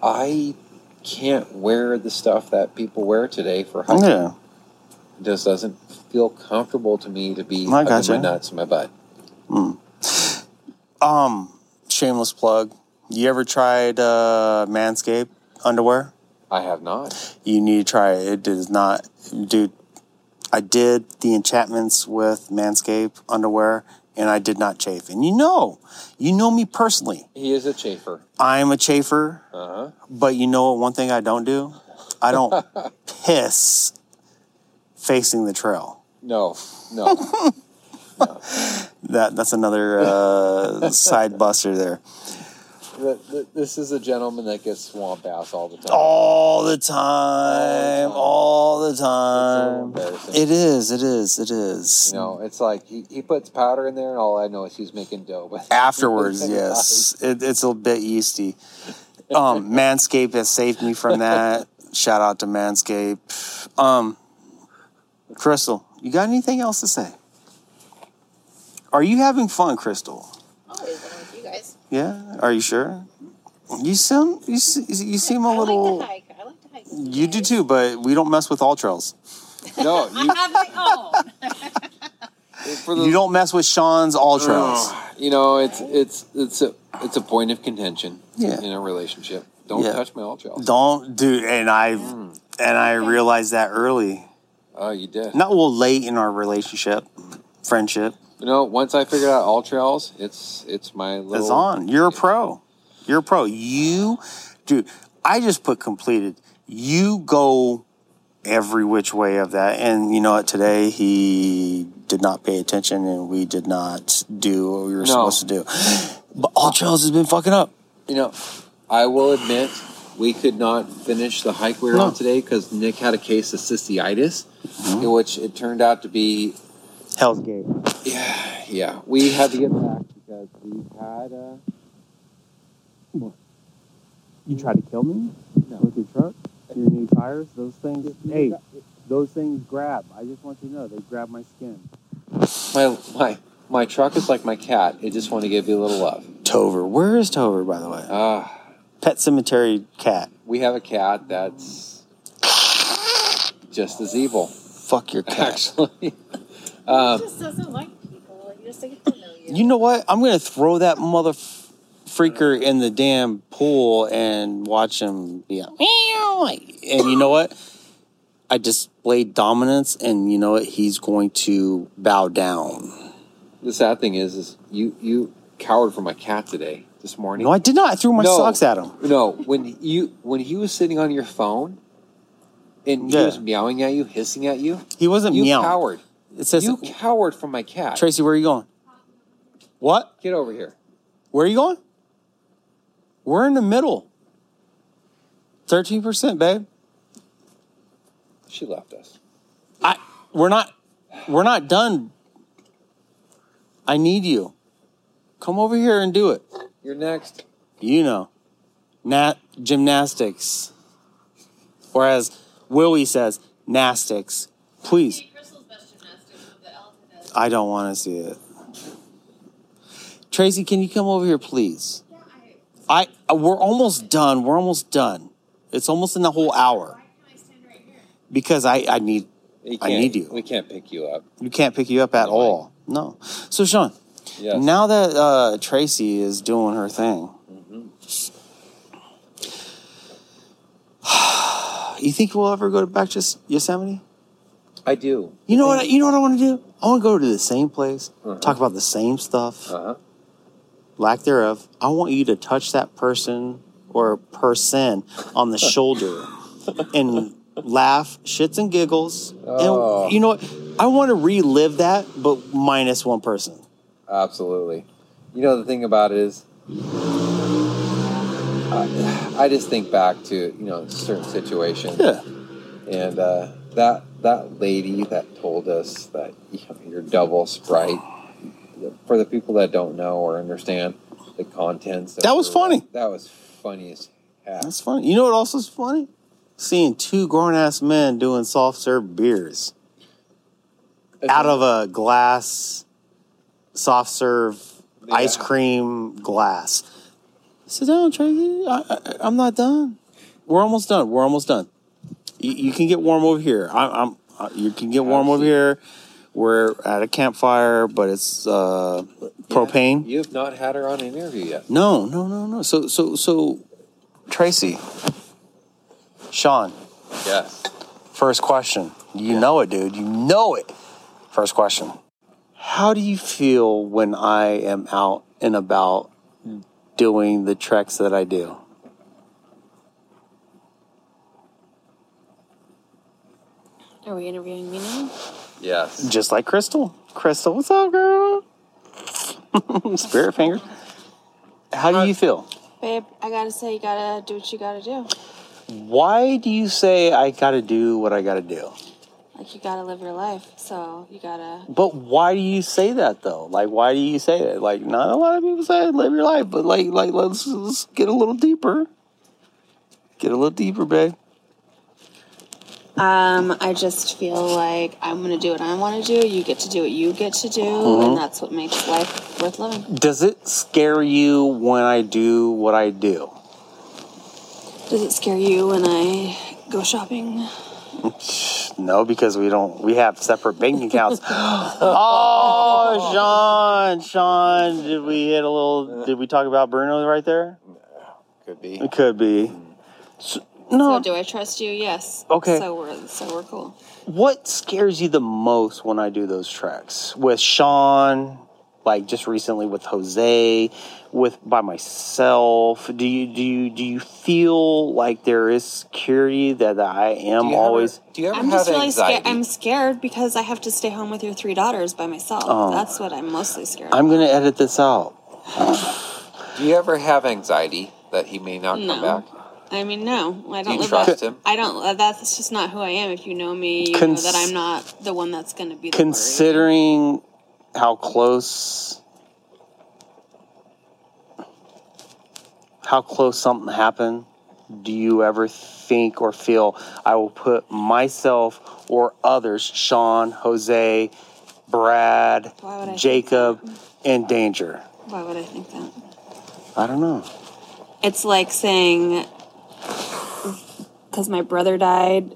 B: I can't wear the stuff that people wear today for hiking.
A: Oh, yeah.
B: It just doesn't feel comfortable to me to be
A: I
B: hugging
A: gotcha.
B: my nuts in my butt.
A: Um, shameless plug. You ever tried uh, Manscaped underwear?
B: I have not.
A: You need to try it. It does not, dude. I did the enchantments with Manscaped underwear, and I did not chafe. And you know, you know me personally.
B: He is a chafer.
A: I'm a chafer,
B: Uh-huh.
A: but you know what? One thing I don't do, I don't piss facing the trail.
B: No, no.
A: That that's another uh, side buster there.
B: Th- th- this is a gentleman that gets swamp ass all the time.
A: all the time, all the time.
B: It's a little embarrassing.
A: It is, it is, it is.
B: You know, it's like he, he puts powder in there, and all I know is he's making dough. But
A: Afterwards, yes, it, it's a bit yeasty. Um, Manscaped has saved me from that. Shout out to Manscaped. Um, Crystal, you got anything else to say? Are you having fun, Crystal?
D: Always when I'm Oh, with you guys.
A: Yeah, are you sure? You seem you se- you seem
D: I
A: a
D: like to
A: little.
D: hike. I like to hike. with
A: You do
D: guys.
A: too, but we don't mess with all trails.
B: no, you,
D: I have my own.
B: for the,
A: You don't mess with Sean's all trails.
B: You know, it's it's it's a it's a point of contention
A: Yeah.
B: in a relationship. Don't
A: Yeah.
B: touch my alt child.
A: Don't do, and I and I realized that early.
B: Oh, you did.
A: Not well late in our relationship, friendship.
B: You know, once I figured out all trails, it's it's my little.
A: It's on. You're a pro. You're a pro. You, dude. I just put completed. You go every which way of that, and you know what? Today he did not pay attention, and we did not do what we were
B: No.
A: supposed to do. But all trails has been fucking up.
B: You know, I will admit we could not finish the hike we were
A: No.
B: on today because Nick had a case of cysteitis, in which it turned out to be.
A: Hell's Gate.
B: Yeah, we had to get back because we had a.
A: You tried to kill me
B: No.
A: with your truck, your new tires, those things. Hey, those things grab. I just want you to know they grab my skin.
B: My my my truck is like my cat. It just want to give you a little love.
A: Tover, where is Tover, by the way?
B: Ah.
A: Pet Cemetery cat.
B: we have a cat that's just as evil,
A: Fuck your cat.
B: actually.
D: He just doesn't like people. He just doesn't get to know you.
A: Uh, You know what? I'm gonna throw that mother f- freaker in the damn pool and watch him be like, meow. And you know what? I displayed dominance, and you know what? He's going to bow down.
B: the sad thing is, is you you cowered from my cat today this morning.
A: No, I did not. I threw my
B: No.
A: socks at him.
B: No, when you when he was sitting on your phone and he
A: Yeah.
B: was meowing at you, hissing at you,
A: He wasn't
B: you
A: meowing.
B: cowered.
A: It says,
B: you cowered from my cat.
A: Tracy, where are you going? What?
B: Get over here.
A: Where are you going? We're in the middle. 13%, babe.
B: She left us.
A: I we're not we're not done. I need you. Come over here and do it.
B: You're next.
A: You know. Nat gymnastics. Or as Willie says, nastics. Please. I don't want to see it. Tracy, can you come over here, please? I we're almost done. We're almost done. It's almost in the whole hour. Because I I need
B: We
A: I
B: can't-
A: need you.
B: We can't pick you up.
A: you can't pick you up at all. No. So Sean,
B: Yes.
A: now that uh, Tracy is doing her thing,
B: Mm-hmm.
A: you think we'll ever go back to S- Yosemite?
B: I do.
A: You know what? You know what I want to do? I want to go to the same place,
B: Uh-huh.
A: talk about the same stuff,
B: Uh huh.
A: lack thereof. I want you to touch that person or person on the shoulder and laugh, shits and giggles.
B: Oh.
A: And you know what? I want to relive that, but minus one person.
B: Absolutely. You know, the thing about it is, I, I just think back to, you know, certain situations.
A: Yeah.
B: And uh, that that lady that told us that you know, your double Sprite, for the people that don't know or understand the contents. of
A: That was
B: her-
A: funny.
B: That was funny as heck.
A: That's funny. You know what else is funny? Seeing two grown ass men doing soft serve beers out of a glass soft serve ice
B: Yeah.
A: cream glass. Sit down, Tracy. I, I, I'm not done. We're almost done. We're almost done. You, you can get warm over here. I, I'm. uh, You can get warm over here. We're at a campfire, but it's uh, propane.
B: You've not had her on an interview yet.
A: No, no, no, no. So, so, so, Tracy, Sean,
B: Yes.
A: first question. You know it, dude. You know it. First question. How do you feel when I am out and about doing the treks that I do?
E: Are we interviewing me now?
B: Yes.
A: Just like Crystal. Crystal, what's up, girl? Spirit finger. How do you feel?
E: Babe, I gotta say, you gotta do what you gotta do.
A: Why do you say I gotta do what I gotta do?
E: Like, you gotta live your life, so you gotta.
A: But why do you say that though? Like, why do you say that? Like, not a lot of people say live your life, but like, like let's, let's get a little deeper. Get a little deeper, babe.
E: Um, I just feel like I'm gonna do what I wanna do, you get to do what you get to do,
B: Mm-hmm.
E: and that's what makes life worth living.
A: Does it scare you when I do what I do?
E: Does it scare you when I go shopping?
A: No, because we don't. We have separate banking accounts. oh, Sean, Sean, did we hit a little? Did we talk about Bruno right there?
B: Could be.
A: It could be. S-
E: So,
A: no.
E: do I trust you? Yes.
A: Okay.
E: So, we're, so we're cool.
A: What scares you the most when I do those tracks with Sean? Like just recently with Jose, with by myself. Do you do you do you feel like there is security that I am
B: Do you
A: always?
B: Ever, do you ever
E: I'm
B: have
E: just really
B: anxiety?
E: scared. I'm scared because I have to stay home with your three daughters by myself.
B: Oh.
E: That's what I'm mostly scared. of.
A: I'm gonna edit this out.
B: Do you ever have anxiety that he may not
E: No.
B: come back?
E: I mean, no, I
B: Do
E: don't
B: you
E: live
B: trust
E: that.
B: him?
E: I don't. uh, That's just not who I am. If you know me, you
A: Cons-
E: know that I'm not the one that's going to be the worry.
A: Considering how close, how close something happened, do you ever think or feel I will put myself or others, Sean, Jose, Brad,
E: Why would I think
A: Jacob, in danger?
E: Why would I think that?
A: I don't know.
E: It's like saying, because my brother died.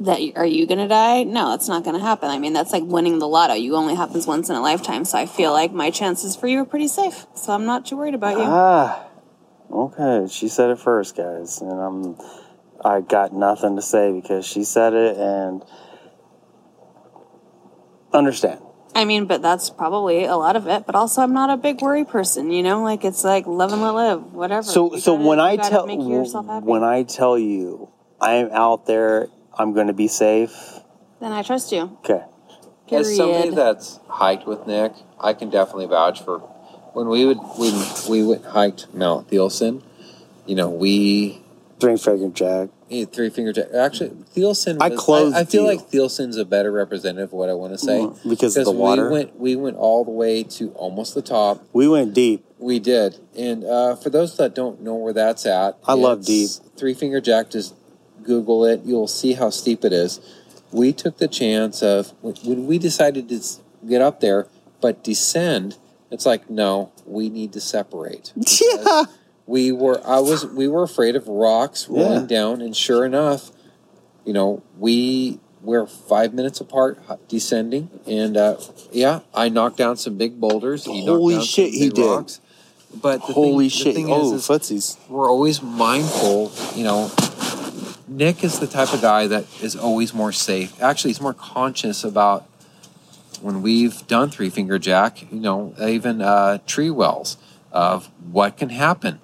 E: That you- are you gonna die? No, it's not gonna happen. I mean, that's like winning the lotto. You only happens once in a lifetime, so I feel like my chances for you are pretty safe. So I'm not too worried about you.
A: Ah, okay. She said it first, guys, and I'm I got nothing to say because she said it and understand.
E: I mean, but that's probably a lot of it. But also, I'm not a big worry person. You know, like it's like love and let live, whatever.
A: So
E: You
A: so
E: gotta-
A: when
E: you
A: I
E: gotta
A: tell
E: make yourself happy,
A: when I tell you I'm out there, I'm going to be safe.
E: then I trust you.
A: Okay.
E: Period.
B: As somebody that's hiked with Nick, I can definitely vouch for when we would when we went hiked Mount Thielson. You know, we
A: Drink freaking Jack.
B: Yeah, three finger jack. Actually, Thielson.
A: I
B: was-
A: closed
B: I, feel
A: you.
B: like Thielson's a better representative of what I want to say
A: Mhm, because of the water.
B: We went, we went all the way to almost the top.
A: We went deep.
B: We did, and uh, for those that don't know where that's at,
A: I love
B: it's Three Finger Jack. Just Google it; you'll see how steep it is. We took the chance of when- when we decided to s- get up there, but descend. It's like no, we need to separate.
A: Yeah.
B: We were, I was, we were afraid of rocks rolling
A: Yeah.
B: down, and sure enough, you know, we were five minutes apart h- descending, and uh, yeah, I knocked down some big boulders. He knocked
A: Holy
B: down some
A: shit, he
B: big
A: did.
B: Rocks. But the
A: Holy
B: thing,
A: shit.
B: the thing
A: oh,
B: is, is
A: footsies.
B: we're always mindful. You know, Nick is the type of guy that is always more safe. Actually, he's more conscious about when we've done three finger jack. You know, even uh, tree wells of what can happen.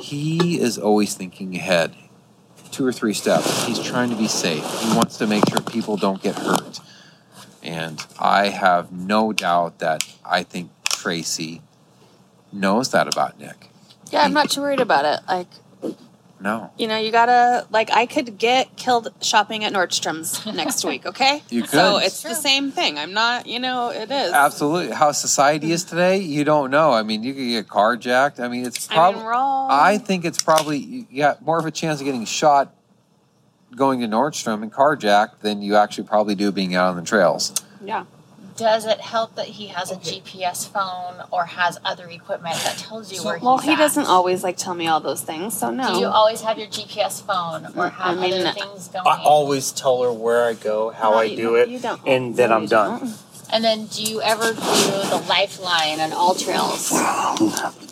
B: He is always thinking ahead, two or three steps. He's trying to be safe. He wants to make sure people don't get hurt. And I have no doubt that I think Tracy knows that about Nick.
E: yeah, I'm not too worried about it. Like
B: No.
E: you know, you gotta like I could get killed shopping at Nordstrom's next week. Okay.
B: You
E: So
B: could.
E: it's the same thing. I'm not. You know, it is.
B: Absolutely. How society is today, you don't know. I mean, you could get carjacked. I mean, it's
E: I
B: probably.
E: mean, we're all.
B: I think it's probably you got more of a chance of getting shot going to Nordstrom and carjacked than you actually probably do being out on the trails.
E: yeah.
F: Does it help that he has a GPS phone or has other equipment that tells you where
E: Well,
F: he's
E: he
F: at?
E: doesn't always like tell me all those things, so no.
F: Do you always have your GPS phone or have
E: I mean,
F: other things going?
A: I always tell her where I go, how
E: No,
A: I
E: you
A: do
E: don't-
A: it,
E: you don't.
A: and then
E: No,
A: I'm
E: you
A: done.
E: don't.
D: And then do you ever do the lifeline on all trails?
A: Uh,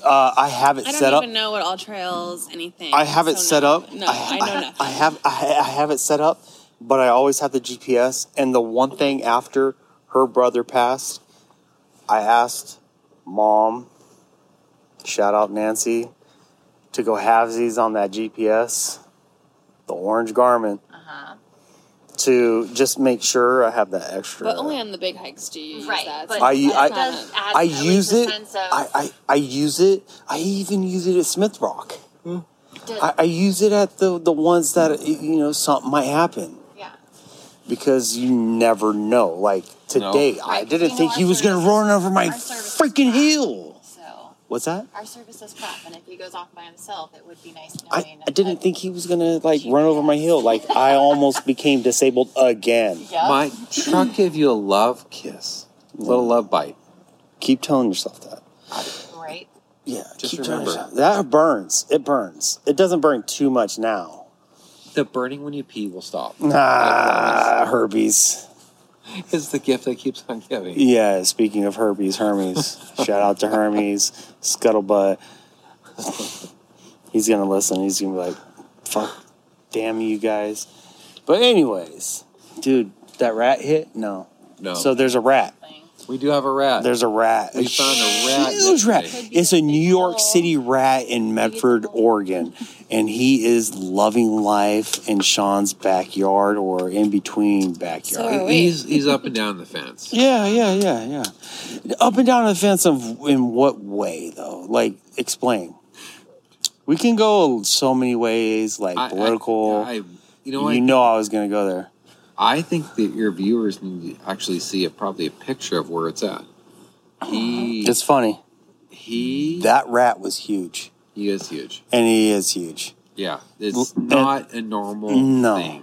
A: I have it
E: I don't
A: set up.
E: even know what all trails anything.
A: I have it
E: so
A: set
E: no.
A: up.
E: No,
A: I,
E: I, know nothing.
A: I, I have I, ha- I have it set up, but I always have the GPS. And the one thing after her brother passed, I asked mom, shout out Nancy, to go halvesies on that GPS, the orange garment,
D: Uh-huh.
A: to just make sure I have that extra.
E: but only on the big hikes do you use
D: Right.
E: that.
D: But
A: I-
D: it
A: I-
D: does add
A: I
D: at least
A: use
D: a
A: it.
D: sense of-
A: I, I, I use it. I even use it at Smith Rock.
D: does-
A: I, I use it at the the ones that you know something might happen.
D: yeah.
A: because you never know. Like today, I
D: Right,
A: didn't
D: you know
A: think
D: our
A: he was going to run
D: services-
A: over my
D: our services
A: freaking
D: crap.
A: heel.
D: So
A: What's that?
D: our service is crap, and if he goes off by himself, it would be nice
A: I,
D: knowing.
A: I didn't
D: that-
A: think he was going to like run over my heel. Like I almost became disabled again.
D: Yep.
B: My truck gave you a love kiss, a little love bite.
A: Keep telling yourself that.
D: right.
A: Yeah,
B: Just
A: keep telling
B: remember.
A: yourself- that burns. It burns. It doesn't burn too much now.
B: The burning when you pee will stop.
A: Ah, herpes.
B: It's the gift that keeps on giving.
A: Yeah, speaking of herpes, Hermes. Shout out to Hermes, Scuttlebutt. He's gonna listen. He's gonna be like, "Fuck, damn you guys." But anyways, dude, that rat hit. No.
B: No.
A: So there's a rat.
D: Thing.
B: we do have a rat.
A: There's a rat.
B: We found a rat
A: Huge rat.
B: yesterday.
A: It's a New York City rat in Medford, Oregon, and he is loving life in Sean's backyard or in between backyard.
E: So- Oh, wait.
B: he's he's up and down the fence.
A: Yeah, yeah, yeah, yeah. Up and down the fence of in what way though? Like explain. We can go so many ways, like
B: I- I-
A: political.
B: I, you know what?
A: you know, I was gonna go there.
B: I think that your viewers need to actually see a, probably a picture of where it's at. He
A: It's funny.
B: he
A: That rat was huge,
B: he is huge.
A: and he is huge.
B: Yeah,
A: Well,
B: it's
A: and-
B: not a normal
A: No.
B: thing.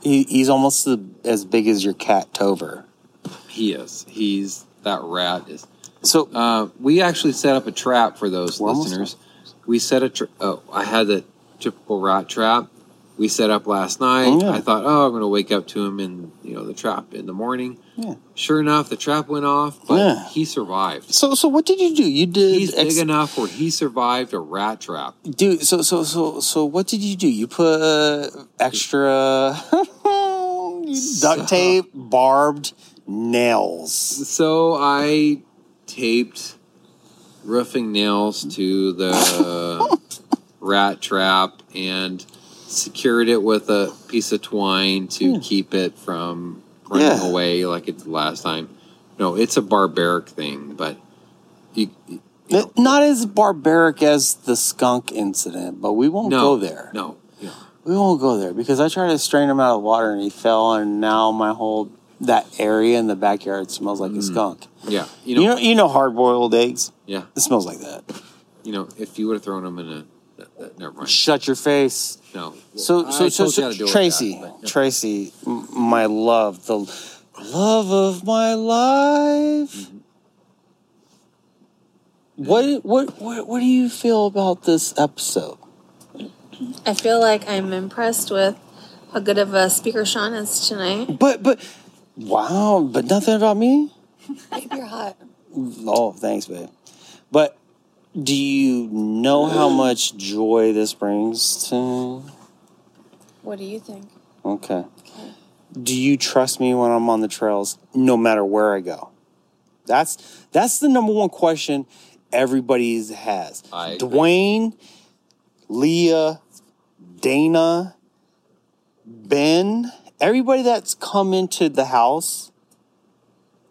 A: He, he's almost the, as big as your cat Tover.
B: He is. He's that rat is.
A: So
B: Uh, we actually set up a trap for those
A: We're almost
B: listeners. We set a. Tra- oh, I had the typical rat trap. We set up last night.
A: Oh, yeah.
B: I thought, oh, I'm going to wake up to him in you know the trap in the morning.
A: Yeah.
B: Sure enough, the trap went off, but
A: Yeah.
B: he survived.
A: so so what did you do? You did
B: He's
A: ex-
B: big enough where he survived a rat trap.
A: dude. So so so so what did you do? You put extra
B: So-
A: duct tape, barbed nails.
B: So I taped roofing nails to the rat trap and secured it with a piece of twine to
A: Yeah.
B: keep it from running
A: Yeah.
B: away like it did last time. No, it's a barbaric thing, but you, you
A: Th-
B: know,
A: Not as barbaric as the skunk incident, but we won't go
B: no,
A: there.
B: No, yeah.
A: We won't go there because I tried to strain him out of the water and he fell, and now my whole that area in the backyard smells like a skunk.
B: yeah, Mm. you know,
A: You know, you know, hard boiled eggs.
B: yeah,
A: It smells like that.
B: you know. If you would have thrown him in a, that, that, never mind.
A: Shut your face.
B: No,
A: So,
B: I
A: so, so,
B: told you how
A: so
B: to deal with that,
A: Tracy,
B: but-
A: Tracy, m- my love, the love of my life.
B: Mm-hmm.
A: What, what, what, what do you feel about this episode?
E: I feel like I'm impressed with how good of a speaker Sean is tonight.
A: But but wow, but nothing about me?
E: Babe, you're hot.
A: Oh, thanks, babe. But do you know how much joy this brings to me?
E: What do you think?
A: Okay. Do you trust me when I'm on the trails no matter where I go? That's that's the number one question everybody has.
B: I agree.
A: Dwayne, Leah, Dana, Ben, everybody that's come into the house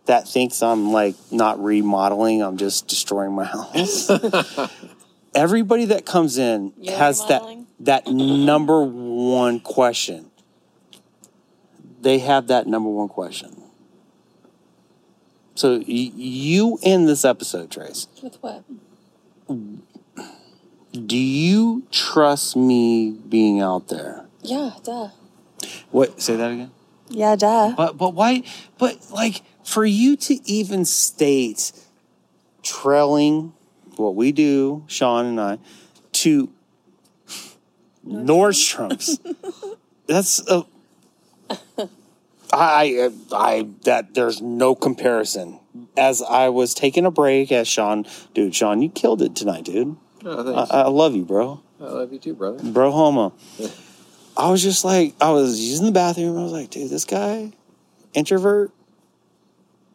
A: that thinks I'm like not remodeling, I'm just destroying my house. everybody that comes in
E: You're
A: has
E: remodeling?
A: that that number one question. They have that number one question. So y- you end this episode, Trace.
E: With what?
A: Do you trust me being out there?
E: Yeah, duh.
A: What? Say that again.
E: Yeah, duh.
A: But but why? But like for you to even state trailing what we do, Sean and I, to Nordstrom's. that's a I, I, I, that there's no comparison. As I was taking a break, as Sean, dude, Sean, you killed it tonight, dude.
B: Oh,
A: I,
B: thanks.
A: I love you, bro.
B: I love you too, brother.
A: Bro, homo. I was just like, I was using the bathroom. I was like, dude, this guy, introvert.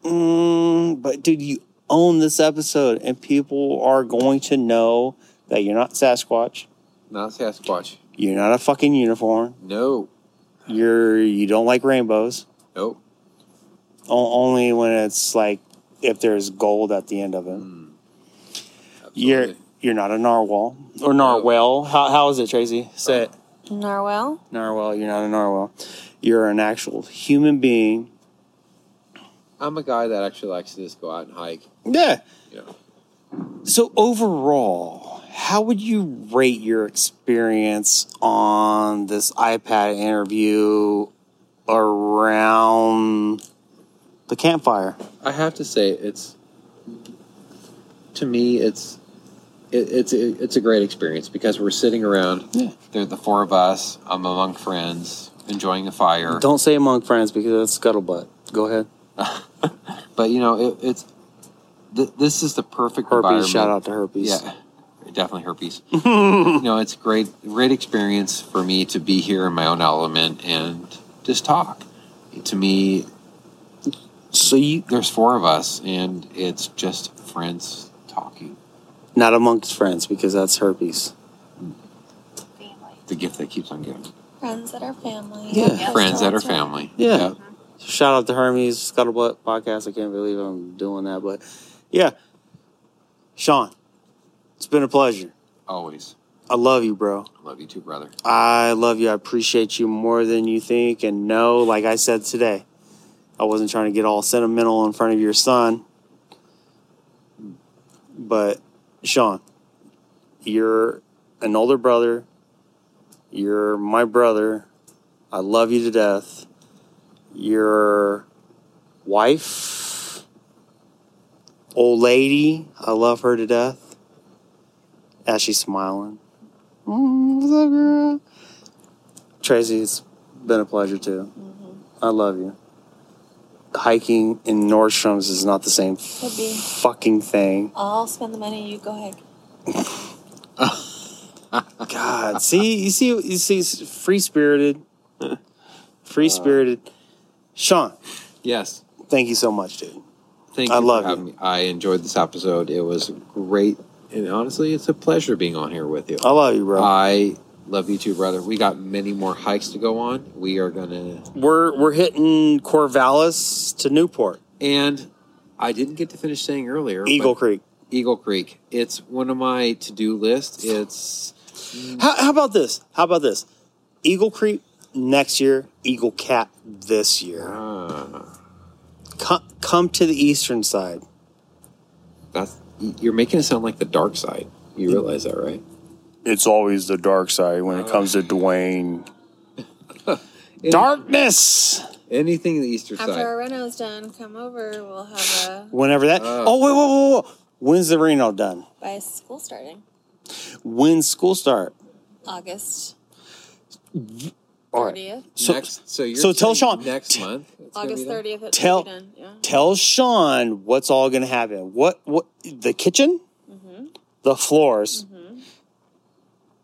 A: Mm, but dude, you own this episode, and people are going to know that you're not Sasquatch.
B: Not Sasquatch.
A: You're not a fucking unicorn.
B: No.
A: You're you don't like rainbows.
B: Nope.
A: O- only when it's like if there's gold at the end of it. You're
B: Absolutely.
A: you're not a narwhal or narwhal. How, how is it, Tracy? Say it.
E: Narwhal?
A: Narwhal. You're not a narwhal. You're an actual human being.
B: I'm a guy that actually likes to just go out and hike.
A: Yeah.
B: You know.
A: So overall, how would you rate your experience on this iPad interview around the campfire?
B: I have to say it's to me it's it, it's it, it's a great experience because we're sitting around.
A: Yeah.
B: There are the four of us. I'm among friends, enjoying the fire.
A: Don't say among friends because that's scuttlebutt. Go ahead.
B: But you know it, it's th- this is the perfect
A: Herpes.
B: environment.
A: Shout out to herpes.
B: Yeah, definitely herpes. you know, it's great, great experience for me to be here in my own element and just talk. To me,
A: So you
B: there's four of us, and it's just friends talking.
A: not amongst friends because that's herpes.
D: Family.
B: The gift that keeps on giving.
E: Friends that are family.
A: Yeah.
B: friends that are family.
A: Yeah. Shout out to Hermes Scuttlebutt podcast. I can't believe I'm doing that, but yeah. Sean, it's been a pleasure.
B: Always.
A: I love you, bro.
B: Love you too, brother.
A: I love you. I appreciate you more than you think. And no, like I said today, I wasn't trying to get all sentimental in front of your son. But Sean, you're an older brother. You're my brother. I love you to death. Your wife, old lady, I love her to death. As she's smiling. Mm, what's up, girl? Tracy, it's been a pleasure too.
E: Mm-hmm.
A: I love you. Hiking in Nordstrom's is not the same
E: Could be.
A: fucking thing.
E: I'll spend the money, you go ahead.
A: God, see, you see, you see, free spirited, free spirited. Sean,
B: Yes.
A: thank you so much, dude.
B: Thank you
A: I love
B: for having
A: you.
B: me. I enjoyed this episode. It was great. And honestly, it's a pleasure being on here with you.
A: I love you, Oh, bro.
B: I love you too, brother. We got many more hikes to go on. We are going to
A: we're we're hitting Corvallis to Newport,
B: And I didn't get to finish saying earlier.
A: Eagle
B: but
A: Creek.
B: Eagle Creek. It's one of my to do lists. It's
A: How, how about this? How about this? Eagle Creek next year, Eagle Cat this year.
B: ah,
A: come, come to the eastern side.
B: that's you're making it sound like the dark side. You realize that, right?
G: It's always the dark side when it comes to Dwayne.
A: Darkness.
B: Anything in the eastern
E: After
B: side.
E: our reno's done, come over. We'll have a
A: Whenever that.
B: Oh.
A: oh wait, whoa, whoa, whoa! When's the Reno done?
E: by school starting
A: When's school start?
E: August
A: All right.
E: 30th.
A: So
B: next, so you're
A: so tell
B: saying
A: Sean-
B: next
A: t-
B: month. it's gonna be
E: August
B: done?
E: 30th. It
A: Tell-
E: should be done. Yeah.
A: tell Sean what's all going to happen. What what the kitchen,
E: Mm-hmm.
A: the floors,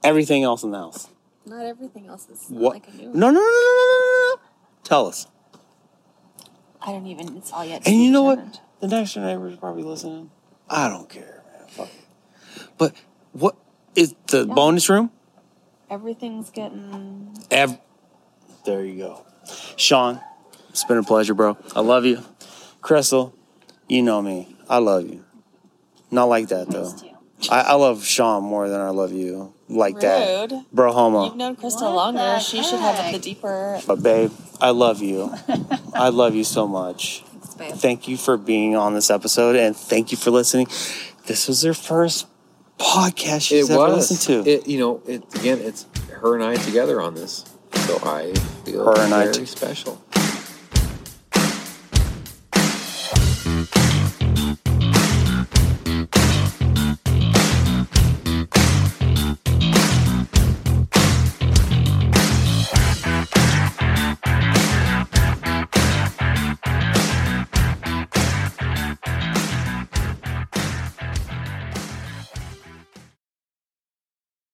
A: everything else in the house.
E: Not everything else is
A: What?
E: like a new.
A: No, no, no, no, no, no, no, no. Tell us.
E: I don't even. It's all yet. to
A: And
E: be
A: you know what?
E: determined.
A: The next door neighbor is probably listening. I don't care, man. Fuck. it. But what is the
E: Yeah.
A: bonus room?
E: Everything's getting.
A: Ev- there you go. Sean, it's been a pleasure, bro. I love you. Crystal, you know me. I love you. Not like that, though.
E: Used to.
A: I, I love Sean more than I love you. Like
E: Rude.
A: that. Bro,
E: You've
A: homo.
E: known Crystal
D: What the
E: longer. She should have
D: heck?
E: the deeper.
A: But, babe, I love you. I love you so much.
E: Thanks, babe.
A: Thank you for being on this episode and thank you for listening. This was her first podcast she's
B: It
A: ever
B: was.
A: listened to.
B: It, you know, it again. It's her and I together on this. So I feel
A: Her and I
B: very
A: too.
B: special.